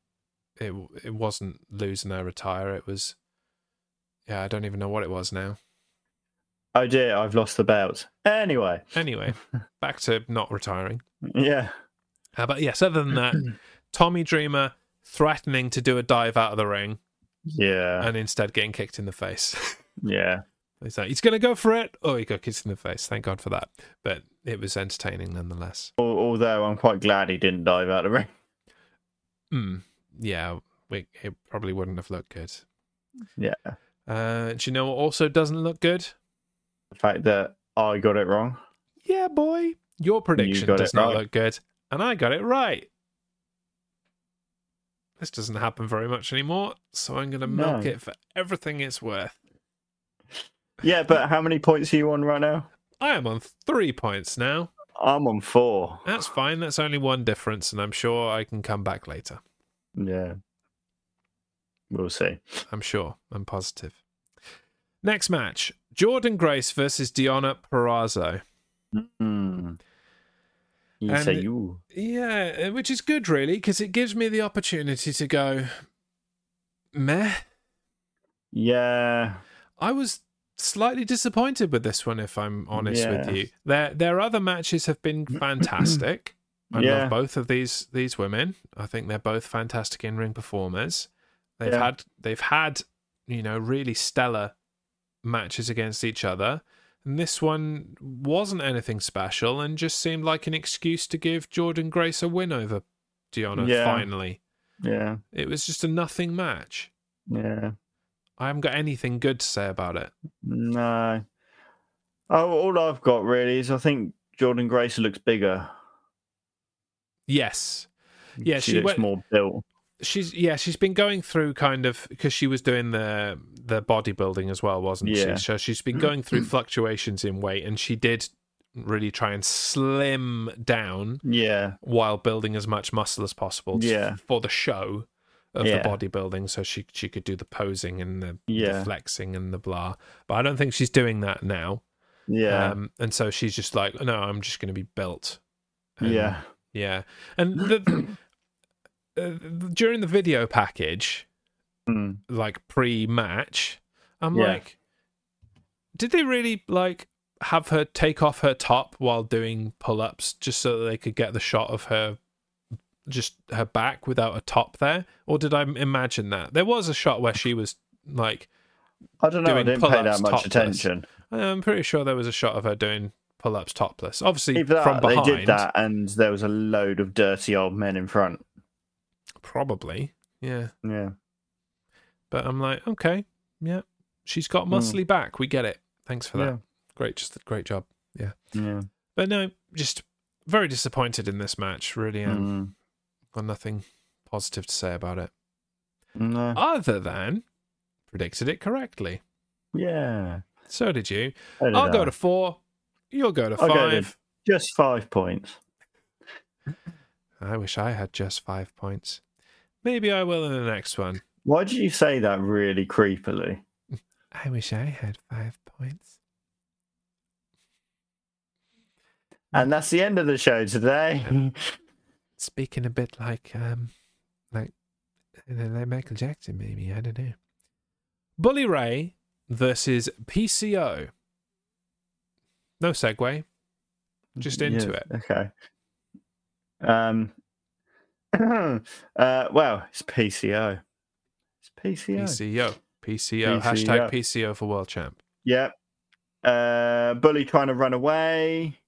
Speaker 1: it it wasn't losing their retire. It was yeah, I don't even know what it was now.
Speaker 2: oh dear, I've lost the belt. Anyway, (laughs)
Speaker 1: Anyway, back to not retiring.
Speaker 2: yeah,
Speaker 1: How about yes? Other than
Speaker 2: (clears throat)
Speaker 1: that, Tommy Dreamer threatening to do a dive out of the ring
Speaker 2: yeah,
Speaker 1: and instead getting kicked in the face. (laughs)
Speaker 2: yeah,
Speaker 1: He's like, he's gonna go for it. Oh, he got kicked in the face. Thank God for that. But it was entertaining nonetheless.
Speaker 2: Al- although I'm quite glad he didn't dive out of the ring.
Speaker 1: Mm, yeah, we, it probably wouldn't have looked good.
Speaker 2: Yeah,
Speaker 1: Uh, do you know what also doesn't look good?
Speaker 2: the fact that I got it wrong.
Speaker 1: Yeah, boy. Your prediction
Speaker 2: got
Speaker 1: does
Speaker 2: it
Speaker 1: not
Speaker 2: right.
Speaker 1: look good, and I got it right. This doesn't happen very much anymore, so I'm going to milk
Speaker 2: No.
Speaker 1: it for everything it's worth.
Speaker 2: Yeah, but how many points are you on right now?
Speaker 1: I am on three points now.
Speaker 2: I'm on four.
Speaker 1: That's fine. That's only one difference, and I'm sure I can come back later.
Speaker 2: Yeah, we'll see.
Speaker 1: I'm sure. I'm positive. Next match Jordan Grace versus Diana Perrazzo.
Speaker 2: Mm. You
Speaker 1: And-
Speaker 2: say you.
Speaker 1: Yeah, uh, which is good, really, because it gives me the opportunity to go, meh.
Speaker 2: Yeah,
Speaker 1: I was slightly disappointed with this one, if I'm honest
Speaker 2: Yeah.
Speaker 1: with you. Their their other matches have
Speaker 2: (clears throat)
Speaker 1: been fantastic. I
Speaker 2: Yeah.
Speaker 1: love both of these these women. I think they're both fantastic in ring performers. They've
Speaker 2: Yeah.
Speaker 1: had they've had you know really stellar matches against each other. And this one wasn't anything special and just seemed like an excuse to give Jordan Grace a win over Diana
Speaker 2: Yeah.
Speaker 1: finally.
Speaker 2: yeah,
Speaker 1: It was just a nothing match.
Speaker 2: yeah.
Speaker 1: I haven't got anything good to say about it.
Speaker 2: No. Oh, all I've got really is I think Jordan Grace looks bigger.
Speaker 1: Yes. Yeah,
Speaker 2: she,
Speaker 1: she
Speaker 2: looks
Speaker 1: went-
Speaker 2: more built.
Speaker 1: she's yeah she's been going through kind of because she was doing the the bodybuilding as well wasn't
Speaker 2: Yeah. Mm-hmm. Mm.
Speaker 1: she so she's been going through fluctuations in weight and she did really try and slim down
Speaker 2: Yeah,
Speaker 1: while building as much muscle as possible just
Speaker 2: Yeah.
Speaker 1: for the show of
Speaker 2: Yeah.
Speaker 1: the bodybuilding so she she could do the posing and the, the
Speaker 2: Yeah.
Speaker 1: flexing and the blah but i don't think she's doing that now
Speaker 2: yeah,
Speaker 1: um and so she's just like no i'm just going to be built And
Speaker 2: yeah,
Speaker 1: yeah, and
Speaker 2: (clears throat)
Speaker 1: the, uh, during the video package,
Speaker 2: mm,
Speaker 1: like pre-match, I'm
Speaker 2: Yeah.
Speaker 1: like, did they really like have her take off her top while doing pull-ups just so that they could get the shot of her, just her back without a top there, or did I imagine that? There was a shot where she was like,
Speaker 2: Hmm. I don't know. I
Speaker 1: doing
Speaker 2: didn't pay that
Speaker 1: pull-ups
Speaker 2: much
Speaker 1: topless.
Speaker 2: attention.
Speaker 1: I'm pretty sure there was a shot of her doing pull ups topless. Obviously,
Speaker 2: Either that,
Speaker 1: from behind.
Speaker 2: they did that, and there was a load of dirty old men in front.
Speaker 1: Probably. Yeah.
Speaker 2: Yeah,
Speaker 1: But I'm like, okay. Yeah. She's
Speaker 2: Hmm.
Speaker 1: got muscly back. We get it. Thanks for that. Great. Just great job.
Speaker 2: yeah, yeah.
Speaker 1: But no, just very disappointed in this match. Really am.
Speaker 2: Mm.
Speaker 1: Got nothing positive to say about it.
Speaker 2: No.
Speaker 1: Other than predicted it correctly.
Speaker 2: yeah.
Speaker 1: So did you.
Speaker 2: So did
Speaker 1: I'll
Speaker 2: I.
Speaker 1: go to four. You'll go to
Speaker 2: I'll go
Speaker 1: five.
Speaker 2: just five points.
Speaker 1: I wish I had just five points. Maybe I will in the next one.
Speaker 2: Why did you say that really creepily?
Speaker 1: I wish I had five points.
Speaker 2: And that's the end of the show today.
Speaker 1: Speaking a bit like, um, like, you know, like Michael Jackson, maybe. I don't know. Bully Ray versus PCO. No segue. (laughs) Just
Speaker 2: Mm,
Speaker 1: into it.
Speaker 2: Okay. Um. (clears throat) uh. Well, it's PCO. It's PCO.
Speaker 1: PCO. PCO.
Speaker 2: PCO.
Speaker 1: Hashtag PCO for world champ.
Speaker 2: Yep. Uh, Bully trying to run away.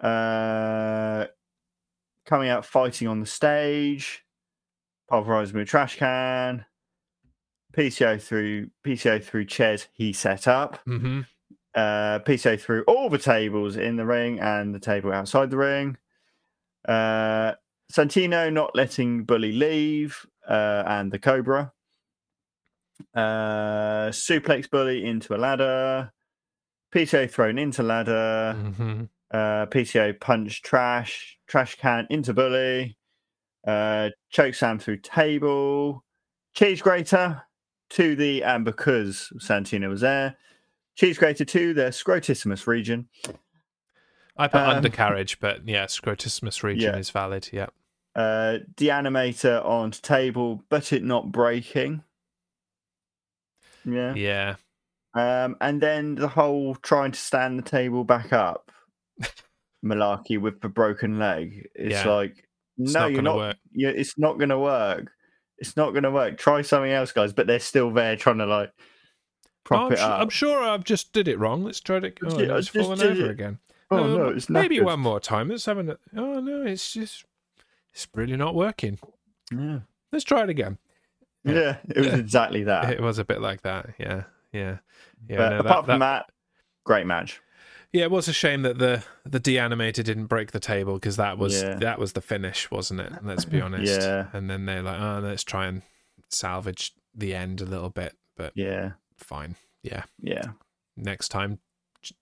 Speaker 2: Uh, coming out fighting on the stage. Pulverizing with a trash can. PCO through PCO through chairs he set up.
Speaker 1: Mm-hmm.
Speaker 2: Uh, PCO through all the tables in the ring and the table outside the ring. Uh, Santino not letting Bully leave uh, and the Cobra. Uh, suplex Bully into a ladder. PCO thrown into ladder.
Speaker 1: Mm-hmm.
Speaker 2: Uh, PCO punch trash, trash can into Bully. Uh, choke Sam through table. Cheese grater to the, and because Santino was there, cheese grater to the scrotissimus region.
Speaker 1: I put
Speaker 2: Um,
Speaker 1: undercarriage, but yeah, scrotismus region
Speaker 2: yeah.
Speaker 1: is valid. Yeah.
Speaker 2: uh deanimator onto table but it not breaking yeah.
Speaker 1: Yeah.
Speaker 2: um and then the whole trying to stand the table
Speaker 1: (laughs)
Speaker 2: back up malarkey with the broken leg it's
Speaker 1: Yeah.
Speaker 2: like
Speaker 1: It's
Speaker 2: no
Speaker 1: not
Speaker 2: you're
Speaker 1: gonna
Speaker 2: not
Speaker 1: work.
Speaker 2: you it's not gonna work it's not gonna work try something else guys but they're still there trying to like prop
Speaker 1: Oh, I'm,
Speaker 2: it
Speaker 1: su-
Speaker 2: up
Speaker 1: I'm sure I've just did it wrong. Let's try to. Oh,
Speaker 2: Yeah,
Speaker 1: no,
Speaker 2: I
Speaker 1: it's
Speaker 2: just
Speaker 1: fallen
Speaker 2: did
Speaker 1: over
Speaker 2: it.
Speaker 1: again.
Speaker 2: oh
Speaker 1: Um,
Speaker 2: no it's not
Speaker 1: maybe one more time. Let's have an. Oh no, it's just. It's really not working.
Speaker 2: yeah.
Speaker 1: Let's try it again. Yeah.
Speaker 2: yeah it was exactly that
Speaker 1: It was a bit like that. Yeah, yeah, yeah.
Speaker 2: Ah. but
Speaker 1: no, that-
Speaker 2: apart
Speaker 1: that-
Speaker 2: from that great match
Speaker 1: yeah, it was a shame that the the deanimator didn't break the table because that was
Speaker 2: Yeah.
Speaker 1: that was the finish, wasn't it? Let's be honest.
Speaker 2: Yeah.
Speaker 1: And then they're like, oh, let's try and salvage the end a little bit, but
Speaker 2: yeah
Speaker 1: fine.
Speaker 2: yeah
Speaker 1: Next time, j-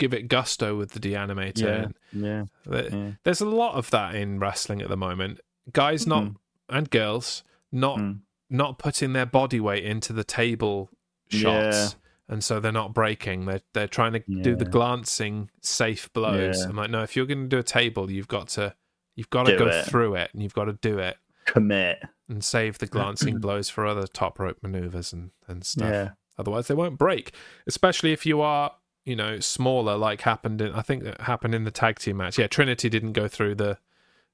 Speaker 1: give it gusto with the deanimator.
Speaker 2: Yeah.
Speaker 1: and
Speaker 2: yeah
Speaker 1: The-
Speaker 2: Yeah.
Speaker 1: There's a lot of that in wrestling at the moment. Guys not
Speaker 2: Mhm.
Speaker 1: and girls not
Speaker 2: Mm.
Speaker 1: not putting their body weight into the table shots, and so they're not breaking. They're they're trying to do the
Speaker 2: Yeah.
Speaker 1: glancing safe blows.
Speaker 2: Yeah.
Speaker 1: I'm like, no, if you're going to do a table, you've got to you've got to
Speaker 2: Do
Speaker 1: go
Speaker 2: it.
Speaker 1: through it, and you've got to do it,
Speaker 2: commit
Speaker 1: and save
Speaker 2: (clears throat)
Speaker 1: the glancing blows for other top rope maneuvers and and stuff.
Speaker 2: Yeah,
Speaker 1: Otherwise, they won't break, especially if you are, you know, smaller, like happened in, I think that happened in the tag team match. Yeah, Trinity didn't go through the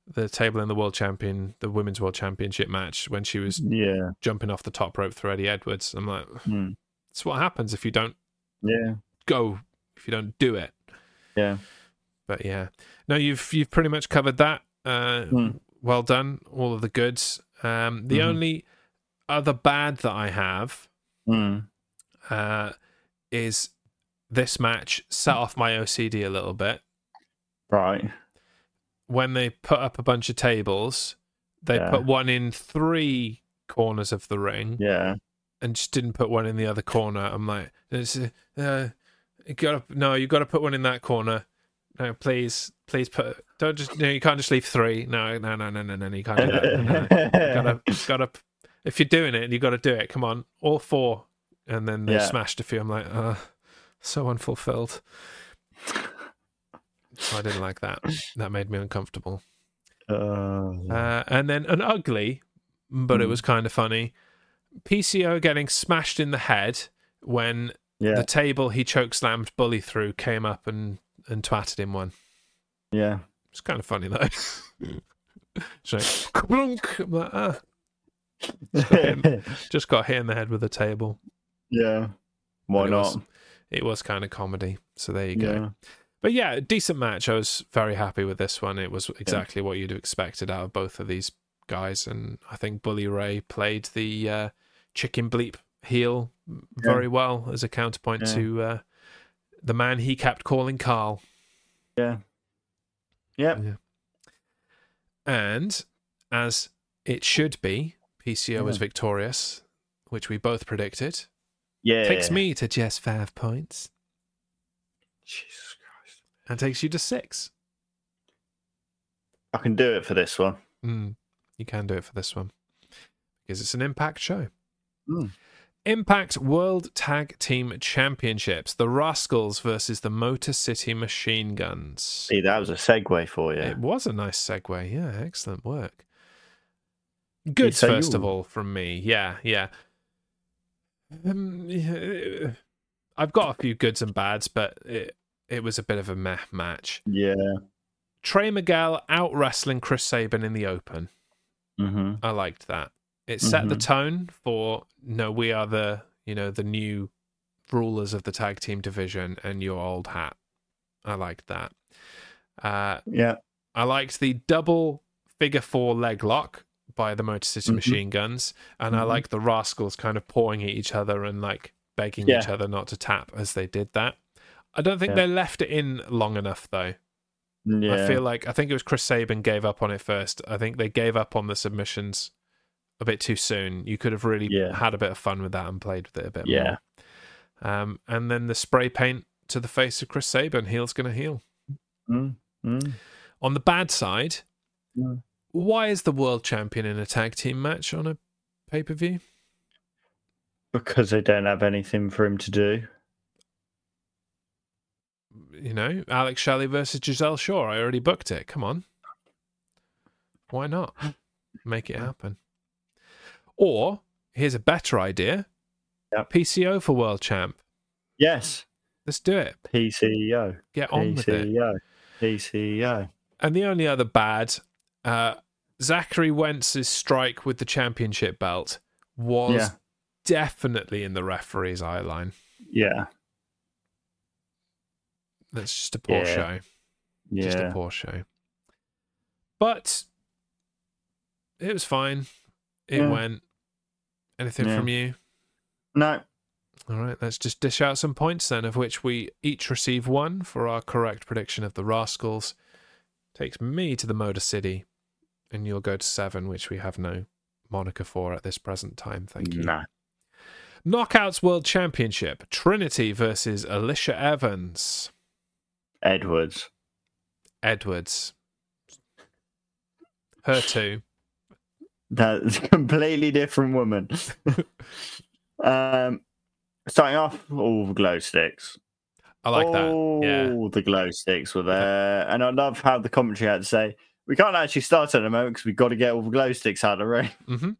Speaker 1: the table in the world champion, the women's world championship match when she was
Speaker 2: yeah,
Speaker 1: jumping off the top rope through Eddie Edwards. I'm like,
Speaker 2: Hmm.
Speaker 1: it's what happens if you don't
Speaker 2: yeah,
Speaker 1: go, if you don't do it.
Speaker 2: yeah.
Speaker 1: But yeah, no, you've you've pretty much covered that. Uh,
Speaker 2: Hmm.
Speaker 1: Well done, all of the goods. Um, the
Speaker 2: Mhm.
Speaker 1: only other bad that I have
Speaker 2: Mm.
Speaker 1: uh, is this match set off my OCD a little bit.
Speaker 2: Right.
Speaker 1: When they put up a bunch of tables, they
Speaker 2: Yeah.
Speaker 1: put one in three corners of the ring (laughs)
Speaker 2: Yeah.
Speaker 1: and just didn't put one in the other corner. I'm like, it's, uh, uh, you gotta, no, you got to put one in that corner. No, please, please put. Don't just. No, you can't just leave three. No, no, no, no, no, no. You can't do
Speaker 2: (laughs)
Speaker 1: that. No, no. gotta gotta if you're doing it you gotta do it come on all four and then they
Speaker 2: Yeah.
Speaker 1: smashed a few i'm like uh so unfulfilled so i didn't like that that made me uncomfortable
Speaker 2: Oh,
Speaker 1: uh, and then an ugly but it
Speaker 2: Hmm.
Speaker 1: was kind of funny pco getting smashed in the head when
Speaker 2: yeah,
Speaker 1: the table he choke slammed bully through came up and and twatted him one
Speaker 2: yeah.
Speaker 1: it's kind of funny though (laughs) so kablunk. I'm like, ah, just got hit in the head with a table
Speaker 2: (laughs) yeah. Why
Speaker 1: It was-
Speaker 2: not?
Speaker 1: it was kind of comedy. So there you go.
Speaker 2: Yeah.
Speaker 1: But yeah, decent match. I was very happy with this one. It was exactly what you'd have expected out of both of these guys, and I think Bully Ray played the uh, chicken bleep heel very well as a counterpoint
Speaker 2: Yeah.
Speaker 1: to uh, the man he kept calling Carl.
Speaker 2: Yeah. Yep.
Speaker 1: And as it should be, PCO was
Speaker 2: Yeah.
Speaker 1: victorious, which we both predicted.
Speaker 2: Yeah.
Speaker 1: Takes me to just five points
Speaker 2: Jesus Christ.
Speaker 1: and takes you to six.
Speaker 2: I can do it for this one.
Speaker 1: Mm, you can do it for this one because it's an impact show.
Speaker 2: Mm.
Speaker 1: Impact World Tag Team Championships the Rascals versus the Motor City Machine Guns.
Speaker 2: See, that was a segue for you.
Speaker 1: It was a nice segue. Yeah, excellent work. Goods
Speaker 2: so
Speaker 1: first
Speaker 2: you-
Speaker 1: of all from me. Yeah, yeah. Um, yeah, I've got a few goods and bads, but it it was a bit of a meh match.
Speaker 2: yeah.
Speaker 1: Trey Miguel out wrestling Chris Sabin in the open.
Speaker 2: Mm-hmm.
Speaker 1: I liked that. It set the
Speaker 2: Mhm.
Speaker 1: tone for no, we are the you know the new rulers of the tag team division and your old hat. I liked that. Uh,
Speaker 2: Yeah.
Speaker 1: I liked the double figure four leg lock by the Motor City
Speaker 2: Mhm.
Speaker 1: Machine Guns, and I
Speaker 2: Mhm.
Speaker 1: liked the Rascals kind of pawing at each other and like begging
Speaker 2: Yeah.
Speaker 1: each other not to tap as they did that. I don't think they
Speaker 2: Yeah.
Speaker 1: left it in long enough though.
Speaker 2: Yeah.
Speaker 1: I feel like I think it was Chris Sabin gave up on it first. I think they gave up on the submissions a bit too soon. You could have really
Speaker 2: Yeah.
Speaker 1: had a bit of fun with that and played with it a bit
Speaker 2: Yeah.
Speaker 1: more. Um, and then the spray paint to the face of Chris Sabin, heel's gonna heal.
Speaker 2: Mm, mm.
Speaker 1: On the bad side,
Speaker 2: Yeah.
Speaker 1: why is the world champion in a tag team match on a pay per view?
Speaker 2: Because they don't have anything for him to do.
Speaker 1: You know, Alex Shelley versus Giselle Shaw. I already booked it. Come on. Why not? Make it happen. Or here's a better idea
Speaker 2: Yep.
Speaker 1: PCO for world champ.
Speaker 2: Yes.
Speaker 1: Let's do it.
Speaker 2: PCO.
Speaker 1: Get on with it.
Speaker 2: PCO. PCO.
Speaker 1: And the only other bad, uh, Zachary Wentz's strike with the championship belt was
Speaker 2: Yeah.
Speaker 1: definitely in the referee's eye line.
Speaker 2: Yeah.
Speaker 1: That's just a poor
Speaker 2: Yeah.
Speaker 1: show.
Speaker 2: Yeah.
Speaker 1: just a poor show. But it was fine. It
Speaker 2: Yeah.
Speaker 1: went. Anything
Speaker 2: Yeah.
Speaker 1: from you?
Speaker 2: no.
Speaker 1: All right, let's just dish out some points then, of which we each receive one for our correct prediction of the Rascals. Takes me to the Motor City, and you'll go to seven, which we have no moniker for at this present time. Thank you.
Speaker 2: No.
Speaker 1: Knockouts World Championship Trinity versus Alicia Evans.
Speaker 2: Edwards.
Speaker 1: Edwards. Her too.
Speaker 2: That's a completely
Speaker 1: (laughs)
Speaker 2: different woman. um, starting off, all glow sticks.
Speaker 1: I like that.
Speaker 2: all
Speaker 1: yeah.
Speaker 2: Oh, the glow sticks were there, and I love how the commentary had to say, "We can't actually start at the moment because we've got to get all the glow sticks out of the ring." (laughs)
Speaker 1: hmm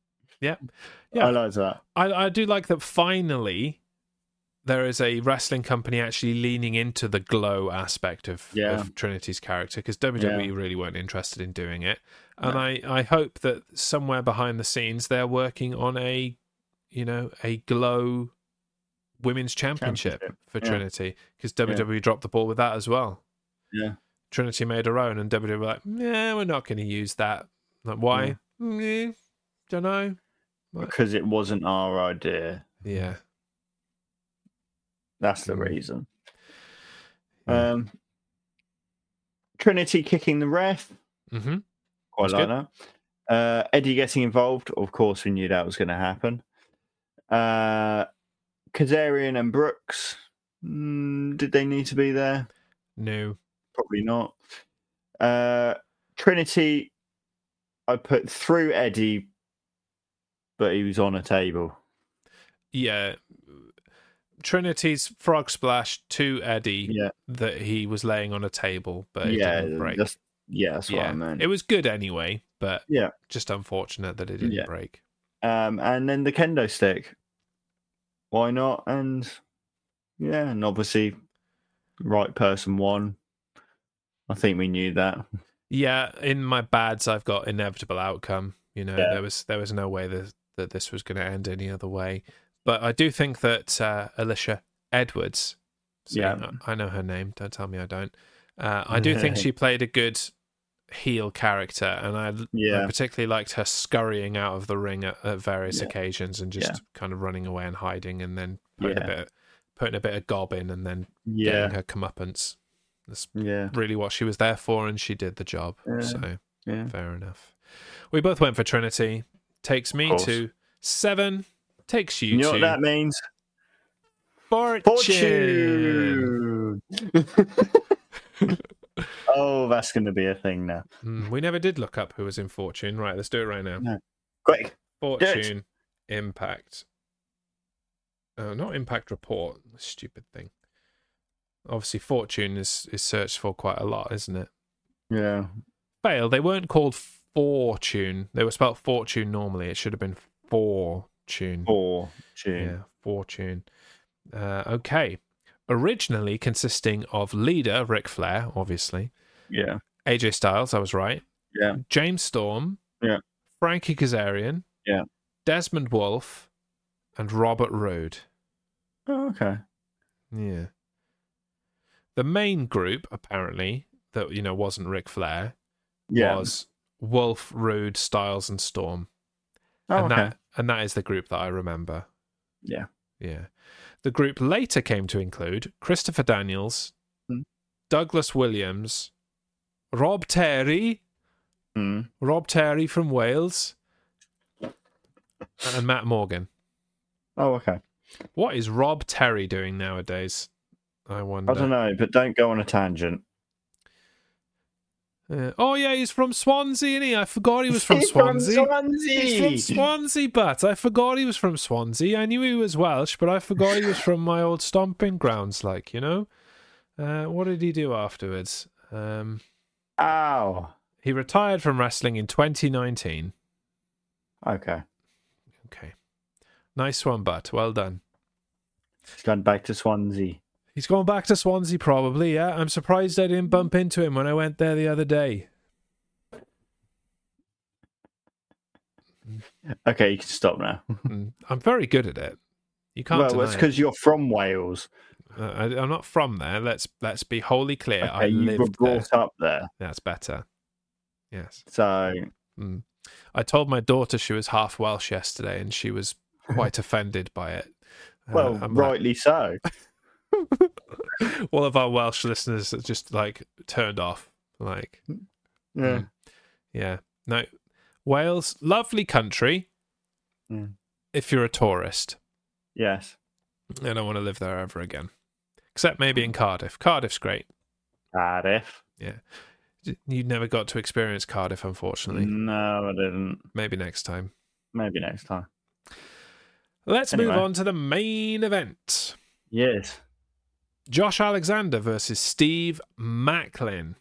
Speaker 1: Yeah.
Speaker 2: I like that.
Speaker 1: I, I do like that finally there is a wrestling company actually leaning into the glow aspect of,
Speaker 2: Yeah.
Speaker 1: of Trinity's character because WWE E really weren't interested in doing it. And
Speaker 2: No.
Speaker 1: I, I hope that somewhere behind the scenes they're working on a you know, a glow women's championship,
Speaker 2: Championship,
Speaker 1: for
Speaker 2: yeah.
Speaker 1: Trinity because WWE E dropped the ball with that as well.
Speaker 2: Yeah.
Speaker 1: Trinity made her own and WWE were like, nah, we're not going to use that. Like, why? "Mm, don't know.
Speaker 2: Because it wasn't our idea.
Speaker 1: Yeah.
Speaker 2: That's the
Speaker 1: Mm.
Speaker 2: reason.
Speaker 1: Yeah.
Speaker 2: Um, Trinity kicking the ref.
Speaker 1: hmm
Speaker 2: Quite
Speaker 1: That's
Speaker 2: like that. Uh, Eddie getting involved. Of course, we knew that was going to happen. Uh, Kazarian and Brooks. Mm, did they need to be there?
Speaker 1: No.
Speaker 2: Probably not. Uh, Trinity, I put through Eddie, but he was on a table.
Speaker 1: yeah trinity's frog splash to eddie
Speaker 2: Yeah,
Speaker 1: that he was laying on a table but it
Speaker 2: yeah,
Speaker 1: didn't break
Speaker 2: that's, yeah, that's what I meant.
Speaker 1: it was good anyway but
Speaker 2: Yeah.
Speaker 1: just unfortunate that it didn't
Speaker 2: Yeah.
Speaker 1: break
Speaker 2: Um, and then the kendo stick. Why not? And yeah, and obviously, right person won. I think we knew that.
Speaker 1: yeah in my bads i've got inevitable outcome you know
Speaker 2: Yeah.
Speaker 1: there was there was no way that, that this was going to end any other way but i do think that uh, alicia edwards see,
Speaker 2: Yeah.
Speaker 1: I, I know her name don't tell me i don't Uh, I do
Speaker 2: (laughs)
Speaker 1: think she played a good heel character, and I, I
Speaker 2: Yeah.
Speaker 1: particularly liked her scurrying out of the ring at, at various
Speaker 2: Yeah.
Speaker 1: occasions and just
Speaker 2: Yeah.
Speaker 1: kind of running away and hiding, and then putting a
Speaker 2: Yeah.
Speaker 1: bit, putting a bit of gob in, and then
Speaker 2: Yeah.
Speaker 1: getting her comeuppance. That's
Speaker 2: Yeah.
Speaker 1: really what she was there for, and she did the job.
Speaker 2: Yeah.
Speaker 1: So
Speaker 2: Yeah.
Speaker 1: fair enough. We both went for Trinity. Takes me
Speaker 2: course.
Speaker 1: to seven. Takes you,
Speaker 2: You know
Speaker 1: to
Speaker 2: what that means?
Speaker 1: fortune.
Speaker 2: Fortune. (laughs) oh, that's going to be a thing now.
Speaker 1: Hmm, we never did look up who was in Fortune. Right, let's do it right now.
Speaker 2: Quick.
Speaker 1: Fortune impact. Uh, not impact report. Stupid thing. Obviously, fortune is is searched for quite a lot, isn't it?
Speaker 2: Yeah.
Speaker 1: Fail. They weren't called fortune. They were spelled fortune normally. It should have been fortune.
Speaker 2: Fortune.
Speaker 1: Yeah, fortune. Uh, okay. Originally consisting of leader Ric Flair, obviously
Speaker 2: Yeah.
Speaker 1: AJ Styles. I was right.
Speaker 2: Yeah.
Speaker 1: James Storm.
Speaker 2: Yeah.
Speaker 1: Frankie Kazarian.
Speaker 2: Yeah.
Speaker 1: Desmond Wolfe, and Robert Roode.
Speaker 2: Oh, okay.
Speaker 1: Yeah. The main group, apparently, that you know wasn't Ric Flair,
Speaker 2: Yeah.
Speaker 1: was Wolf, Rude, Styles, and Storm.
Speaker 2: oh,
Speaker 1: and
Speaker 2: okay.
Speaker 1: that and that is the group that I remember.
Speaker 2: Yeah.
Speaker 1: Yeah. The group later came to include Christopher Daniels,
Speaker 2: Hmm.
Speaker 1: Douglas Williams, Rob Terry,
Speaker 2: Mm.
Speaker 1: Rob Terry from Wales, and Matt Morgan.
Speaker 2: Oh, okay.
Speaker 1: What is Rob Terry doing nowadays? I wonder.
Speaker 2: I don't know, but don't go on a tangent.
Speaker 1: Uh, oh yeah, he's from Swansea, is he? I forgot he
Speaker 2: (laughs)
Speaker 1: was from Swansea. He's from Swansea, but I forgot he was from Swansea. I knew he was Welsh, but I forgot he was from my old stomping grounds. Like you know, uh, what did he do afterwards? Um,
Speaker 2: Ow.
Speaker 1: he retired from wrestling in 2019.
Speaker 2: Okay.
Speaker 1: Okay, nice one, but well done.
Speaker 2: He's gone back to Swansea.
Speaker 1: He's gone back to Swansea, probably. Yeah, I'm surprised I didn't bump into him when I went there the other day.
Speaker 2: Okay, you can stop now.
Speaker 1: Mm, I'm very good at it. You can't.
Speaker 2: well,
Speaker 1: deny
Speaker 2: it's
Speaker 1: it.
Speaker 2: because you're from Wales.
Speaker 1: Uh, I, I'm not from there. Let's let's be wholly clear. I
Speaker 2: okay, you were
Speaker 1: lived there.
Speaker 2: brought up there.
Speaker 1: That's better. Yes.
Speaker 2: So,
Speaker 1: Mm. I told my daughter she was half Welsh yesterday, and she
Speaker 2: (laughs)
Speaker 1: was quite offended by it. Uh,
Speaker 2: well,
Speaker 1: I'm like- (laughs)
Speaker 2: rightly so.
Speaker 1: all of our Welsh listeners are just like turned off. Like,
Speaker 2: Yeah.
Speaker 1: Mm. yeah, no, Wales, lovely country.
Speaker 2: Mm.
Speaker 1: If you're a tourist,
Speaker 2: Yes.
Speaker 1: I don't want to live there ever again, except maybe in Cardiff. Cardiff's great.
Speaker 2: Cardiff.
Speaker 1: You never got to experience Cardiff, unfortunately.
Speaker 2: Mm. No, I didn't.
Speaker 1: Maybe next time.
Speaker 2: Maybe next time.
Speaker 1: Let's move
Speaker 2: Anyway.
Speaker 1: on to the main event
Speaker 2: Yes.
Speaker 1: Josh Alexander versus Steve Macklin.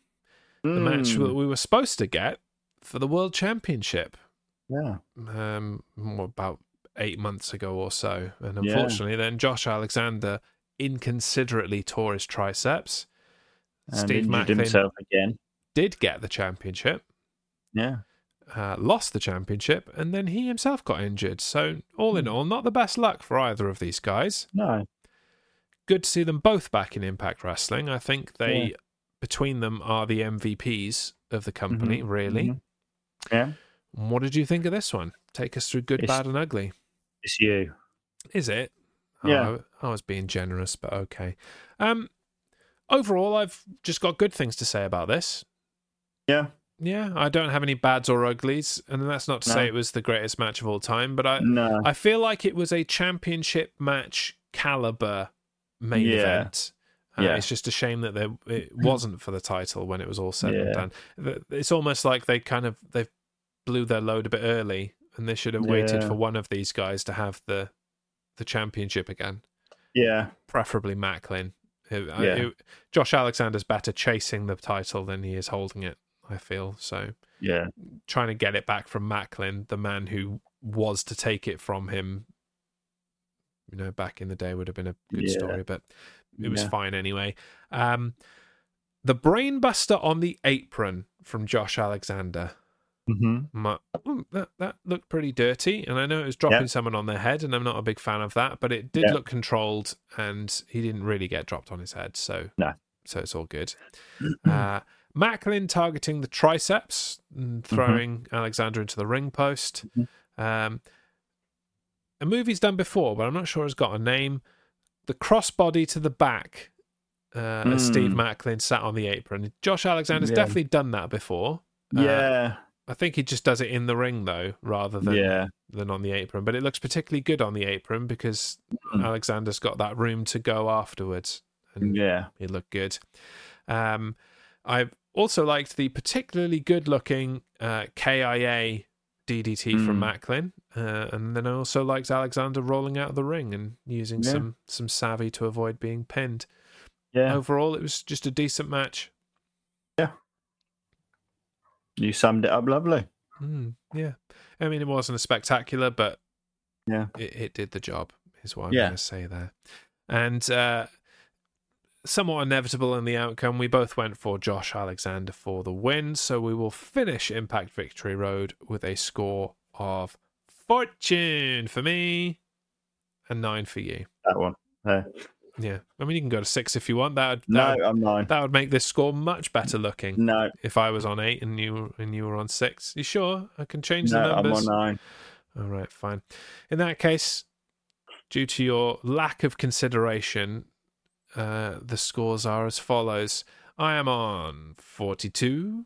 Speaker 1: The match that
Speaker 2: Mm,
Speaker 1: we were supposed to get for the World Championship
Speaker 2: Yeah.
Speaker 1: um, what, about eight months ago or so. And
Speaker 2: Yeah.
Speaker 1: unfortunately, then Josh Alexander inconsiderately tore his triceps.
Speaker 2: And
Speaker 1: Steve
Speaker 2: injured
Speaker 1: Macklin
Speaker 2: himself again.
Speaker 1: did get the championship,
Speaker 2: Yeah.
Speaker 1: uh, lost the championship, and then he himself got injured. So, all
Speaker 2: Hmm.
Speaker 1: in all, not the best luck for either of these guys.
Speaker 2: No.
Speaker 1: good to see them both back in Impact Wrestling. I think they, between them, are the MVPs of the company, really.
Speaker 2: mhm. Yeah.
Speaker 1: What did you think of this one? Take us through good,
Speaker 2: It's-
Speaker 1: bad, and ugly.
Speaker 2: It's you.
Speaker 1: Is it? Oh,
Speaker 2: Yeah.
Speaker 1: I, I was being generous, but okay. Um, overall, I've just got good things to say about this.
Speaker 2: Yeah.
Speaker 1: Yeah, I don't have any bads or uglies, and that's not to
Speaker 2: No.
Speaker 1: say it was the greatest match of all time, but I,
Speaker 2: No.
Speaker 1: I feel like it was a championship match caliber main
Speaker 2: Yeah.
Speaker 1: event. Uh,
Speaker 2: Yeah.
Speaker 1: It's just a shame that there,
Speaker 2: (clears throat)
Speaker 1: it wasn't for the title when it was all said and
Speaker 2: Yeah.
Speaker 1: done. Th- It's almost like they kind of they blew their load a bit early, and they should have waited
Speaker 2: Yeah.
Speaker 1: for one of these guys to have the the championship again,
Speaker 2: Yeah.
Speaker 1: preferably Macklin. who- I-
Speaker 2: Yeah.
Speaker 1: who- Josh Alexander's better chasing the title than he is holding it. I feel so
Speaker 2: Yeah.
Speaker 1: trying to get it back from Macklin, the man who was to take it from him, you know, back in the day would have been a good
Speaker 2: Yeah.
Speaker 1: story, but it was
Speaker 2: Yeah.
Speaker 1: fine anyway. Um, the brainbuster on the apron from Josh Alexander.
Speaker 2: Mm-hmm.
Speaker 1: My, ooh, that, that looked pretty dirty, and I know it was dropping
Speaker 2: Yeah.
Speaker 1: someone on their head, and I'm not a big fan of that, but it did
Speaker 2: Yeah.
Speaker 1: look controlled, and he didn't really get dropped on his head, so
Speaker 2: No.
Speaker 1: so it's all
Speaker 2: (clears throat)
Speaker 1: good. Uh, Macklin targeting the triceps and
Speaker 2: Mm-hmm.
Speaker 1: throwing Alexander into the ring post. Um, a movie's done before, but I'm not sure it's got a name. The crossbody to the back, uh, as Steve
Speaker 2: Mm.
Speaker 1: Macklin sat on the apron. Josh Alexander's
Speaker 2: Yeah.
Speaker 1: definitely done that before. Uh,
Speaker 2: yeah,
Speaker 1: I think he just does it in the ring though, rather than
Speaker 2: yeah,
Speaker 1: than on the apron. But it looks particularly good on the apron because
Speaker 2: Mm.
Speaker 1: Alexander's got that room to go afterwards, and
Speaker 2: yeah.
Speaker 1: he looked good. Um, I also liked the particularly good-looking uh, KIA DDT from
Speaker 2: Mm.
Speaker 1: Macklin, uh, and then I also liked Alexander rolling out of the ring and using
Speaker 2: Yeah.
Speaker 1: some some savvy to avoid being pinned.
Speaker 2: yeah.
Speaker 1: Overall, it was just a decent match.
Speaker 2: You summed it up lovely.
Speaker 1: Mm, yeah. I mean, it wasn't spectacular, but
Speaker 2: Yeah.
Speaker 1: it, it did the job, is what I'm
Speaker 2: Yeah.
Speaker 1: going to say there. And uh, somewhat inevitable in the outcome, we both went for Josh Alexander for the win. So we will finish Impact Victory Road with a score of fortune for me and nine for you.
Speaker 2: That one. there.
Speaker 1: Yeah. I mean, you can go to six if you want. That would,
Speaker 2: No, Mm.
Speaker 1: that, would-
Speaker 2: I'm nine.
Speaker 1: that would make this score much better looking.
Speaker 2: No,
Speaker 1: If I was on eight and you and you were on six, you sure? I can change
Speaker 2: no,
Speaker 1: the
Speaker 2: I'm
Speaker 1: numbers.
Speaker 2: on nine.
Speaker 1: All right, fine. In that case, due to your lack of consideration, uh, the scores are as follows. I am on 42,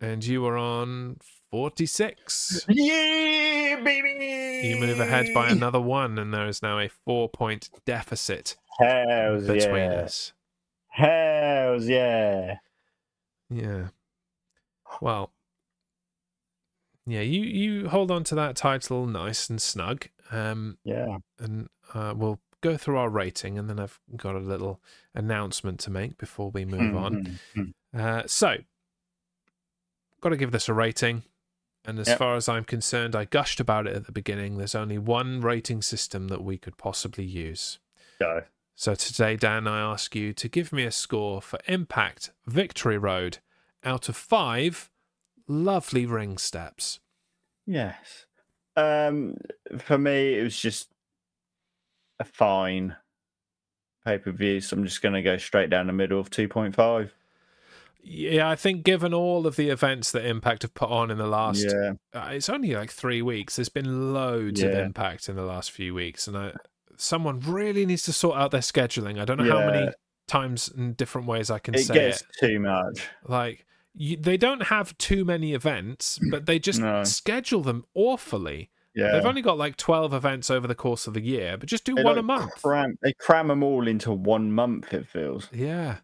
Speaker 1: and you are on 46.
Speaker 2: Yeah, baby.
Speaker 1: You move ahead by another one, and there is now a four point deficit
Speaker 2: Hells
Speaker 1: between
Speaker 2: yeah.
Speaker 1: us.
Speaker 2: Hells yeah.
Speaker 1: Yeah. Well, yeah, you, you hold on to that title nice and snug. Um,
Speaker 2: Yeah.
Speaker 1: and uh, we'll go through our rating, and then I've got a little announcement to make before we move on.
Speaker 2: Mhm.
Speaker 1: Uh, so, got to give this a rating. And as
Speaker 2: Yep.
Speaker 1: far as I'm concerned, I gushed about it at the beginning. There's only one rating system that we could possibly use.
Speaker 2: Go.
Speaker 1: So today, Dan, I ask you to give me a score for Impact Victory Road out of five lovely ring steps.
Speaker 2: Yes. Um, for me, it was just a fine pay per view. So I'm just going to go straight down the middle of 2.5.
Speaker 1: Yeah, I think given all of the events that Impact have put on in the last
Speaker 2: Yeah.
Speaker 1: uh, it's only like three weeks. There's been loads of
Speaker 2: Yeah.
Speaker 1: impact in the last few weeks, and I, someone really needs to sort out their scheduling. I don't know how many
Speaker 2: Yeah.
Speaker 1: times and different ways I can
Speaker 2: It
Speaker 1: say
Speaker 2: gets
Speaker 1: it.
Speaker 2: too much.
Speaker 1: Like you, they don't have too many events, but they just
Speaker 2: No.
Speaker 1: schedule them awfully.
Speaker 2: Yeah.
Speaker 1: They've only got like twelve events over the course of the year, but just do
Speaker 2: They,
Speaker 1: one a
Speaker 2: like,
Speaker 1: month.
Speaker 2: Cram, they cram them all into one month, it feels.
Speaker 1: Yeah.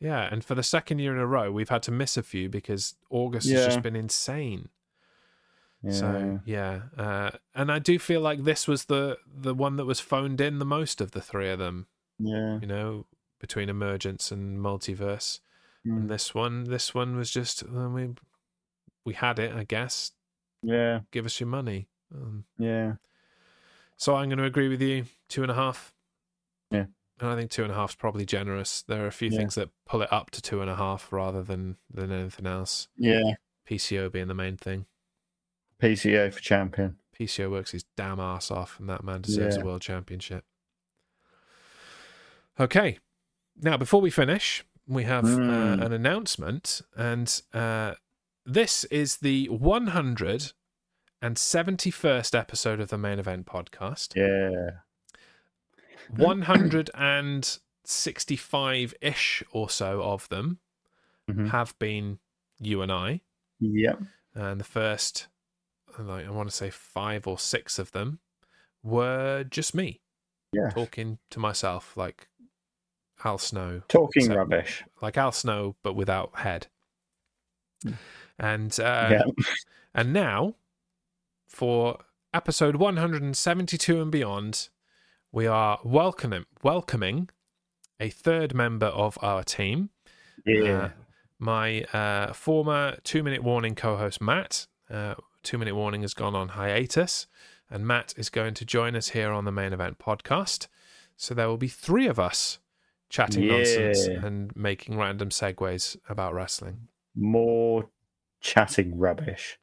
Speaker 1: Yeah, and for the second year in a row, we've had to miss a few because August has
Speaker 2: Yeah.
Speaker 1: just been insane.
Speaker 2: Yeah.
Speaker 1: So yeah, uh, and I do feel like this was the the one that was phoned in the most of the three of them.
Speaker 2: yeah.
Speaker 1: You know, between Emergence and Multiverse,
Speaker 2: Mm.
Speaker 1: and this one, this one was just uh, we we had it, I guess.
Speaker 2: Yeah.
Speaker 1: Give us your money. Um,
Speaker 2: Yeah.
Speaker 1: so I'm going to agree with you. Two and a half.
Speaker 2: Yeah.
Speaker 1: and I think two and a half is probably generous. There are a few
Speaker 2: Yeah.
Speaker 1: things that pull it up to two and a half rather than than anything else.
Speaker 2: Yeah.
Speaker 1: PCO being the main thing.
Speaker 2: PCO for champion.
Speaker 1: PCO works his damn ass off, and that man deserves a
Speaker 2: Yeah.
Speaker 1: world championship. Okay, now before we finish, we have
Speaker 2: Mm.
Speaker 1: uh, an announcement, and uh, this is the 171st episode of the main event (clears throat) podcast.
Speaker 2: Yeah.
Speaker 1: 165 ish or so of them
Speaker 2: Mhm.
Speaker 1: have been you and I,
Speaker 2: Yep.
Speaker 1: and the first, like I want to say five or six of them, were just me.
Speaker 2: Yeah.
Speaker 1: talking to myself like Al Snow,
Speaker 2: Talking
Speaker 1: So-
Speaker 2: rubbish.
Speaker 1: like Al Snow, but without head. And uh,
Speaker 2: yeah.
Speaker 1: and now for episode 172 and beyond, we are welcoming welcoming a third member of our team,
Speaker 2: Yeah.
Speaker 1: uh, my uh, former two minute warning co host Matt. Uh, two minute warning has gone on hiatus, and Matt is going to join us here on the main event podcast. So there will be three of us chatting nonsense
Speaker 2: Yeah.
Speaker 1: and making random segues about wrestling.
Speaker 2: More chatting rubbish.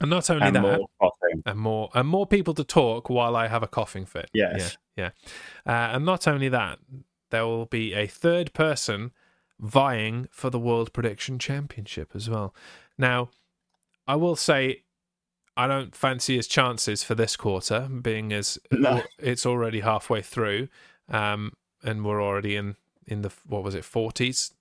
Speaker 1: And not only
Speaker 2: and
Speaker 1: that,
Speaker 2: more coughing.
Speaker 1: and more and more people to talk while I have a coughing fit.
Speaker 2: Yes.
Speaker 1: Yeah. yeah. Uh, and not only that, there will be a third person vying for the World Prediction Championship as well. Now, I will say I don't fancy his chances for this quarter, being as
Speaker 2: (laughs) No.
Speaker 1: it's already halfway through, um, and we're already in in the what was it forties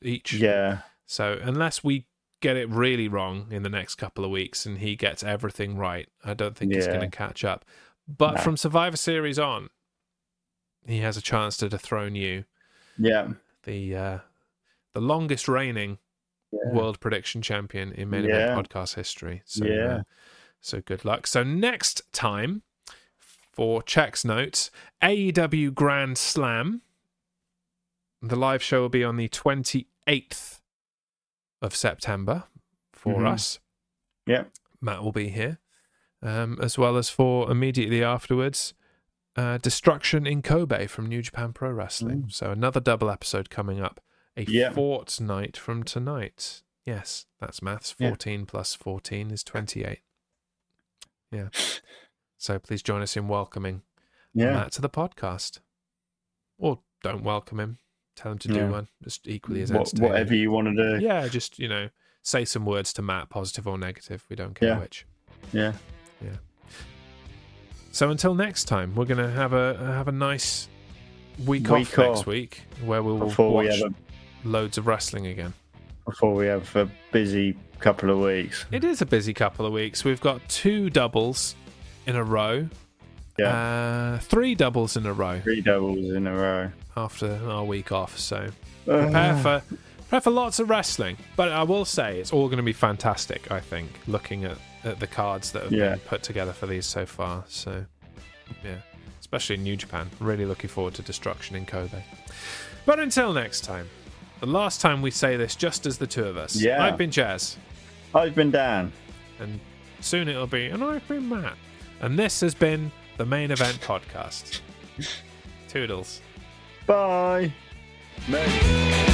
Speaker 1: each.
Speaker 2: Yeah.
Speaker 1: So unless we get it really wrong in the next couple of weeks and he gets everything right, I don't think he's
Speaker 2: Yeah.
Speaker 1: going to catch up. But
Speaker 2: No.
Speaker 1: from Survivor Series on, he has a chance to dethrone you,
Speaker 2: Yeah.
Speaker 1: the uh, the longest reigning
Speaker 2: Yeah.
Speaker 1: world prediction champion in main event
Speaker 2: Yeah.
Speaker 1: podcast history. So,
Speaker 2: Yeah.
Speaker 1: uh, so good luck. So next time for checks notes, AEW E Grand Slam. The live show will be on the twenty eighth of September for
Speaker 2: Mhm.
Speaker 1: us.
Speaker 2: Yep.
Speaker 1: Matt will be here, um, as well as for immediately afterwards. Uh, Destruction in Kobe from New Japan Pro Wrestling. So another double episode coming up a
Speaker 2: Mm. Yeah.
Speaker 1: fortnight from tonight. Yes, that's maths.
Speaker 2: Yeah.
Speaker 1: 14 plus 14 is 28.
Speaker 2: (laughs)
Speaker 1: Yeah. So please join us in welcoming
Speaker 2: Yeah.
Speaker 1: Matt to the podcast. Or don't welcome him. Tell him to do
Speaker 2: Yeah.
Speaker 1: one. Just equally as
Speaker 2: Wha-
Speaker 1: entertaining.
Speaker 2: whatever you want to do.
Speaker 1: Yeah, just, you know, say some words to Matt, positive or negative. We don't care
Speaker 2: Yeah.
Speaker 1: which.
Speaker 2: Yeah.
Speaker 1: So until next time, we're going to have a have a nice week, off
Speaker 2: Week
Speaker 1: next
Speaker 2: off.
Speaker 1: week where we will
Speaker 2: Before we
Speaker 1: watch
Speaker 2: have a
Speaker 1: loads of wrestling again.
Speaker 2: before we have a busy couple of weeks.
Speaker 1: It is a busy couple of weeks. We've got two doubles in a row,
Speaker 2: Yeah.
Speaker 1: uh, three doubles in a row
Speaker 2: Three doubles in a row.
Speaker 1: after our week off. So prepare
Speaker 2: Uh,
Speaker 1: for prepare for lots of wrestling. But I will say it's all going to be fantastic. I think looking at, at the cards that have
Speaker 2: Yeah.
Speaker 1: been put together for these so far. So yeah, especially in New Japan. Really looking forward to Destruction in Kobe. But until next time, the last time we say this, just as the two of us.
Speaker 2: Yeah.
Speaker 1: I've been Jazz.
Speaker 2: I've been Dan.
Speaker 1: and soon it'll be and I've been Matt. And this has been the main event podcast. (laughs) Toodles.
Speaker 2: Bye. Mate.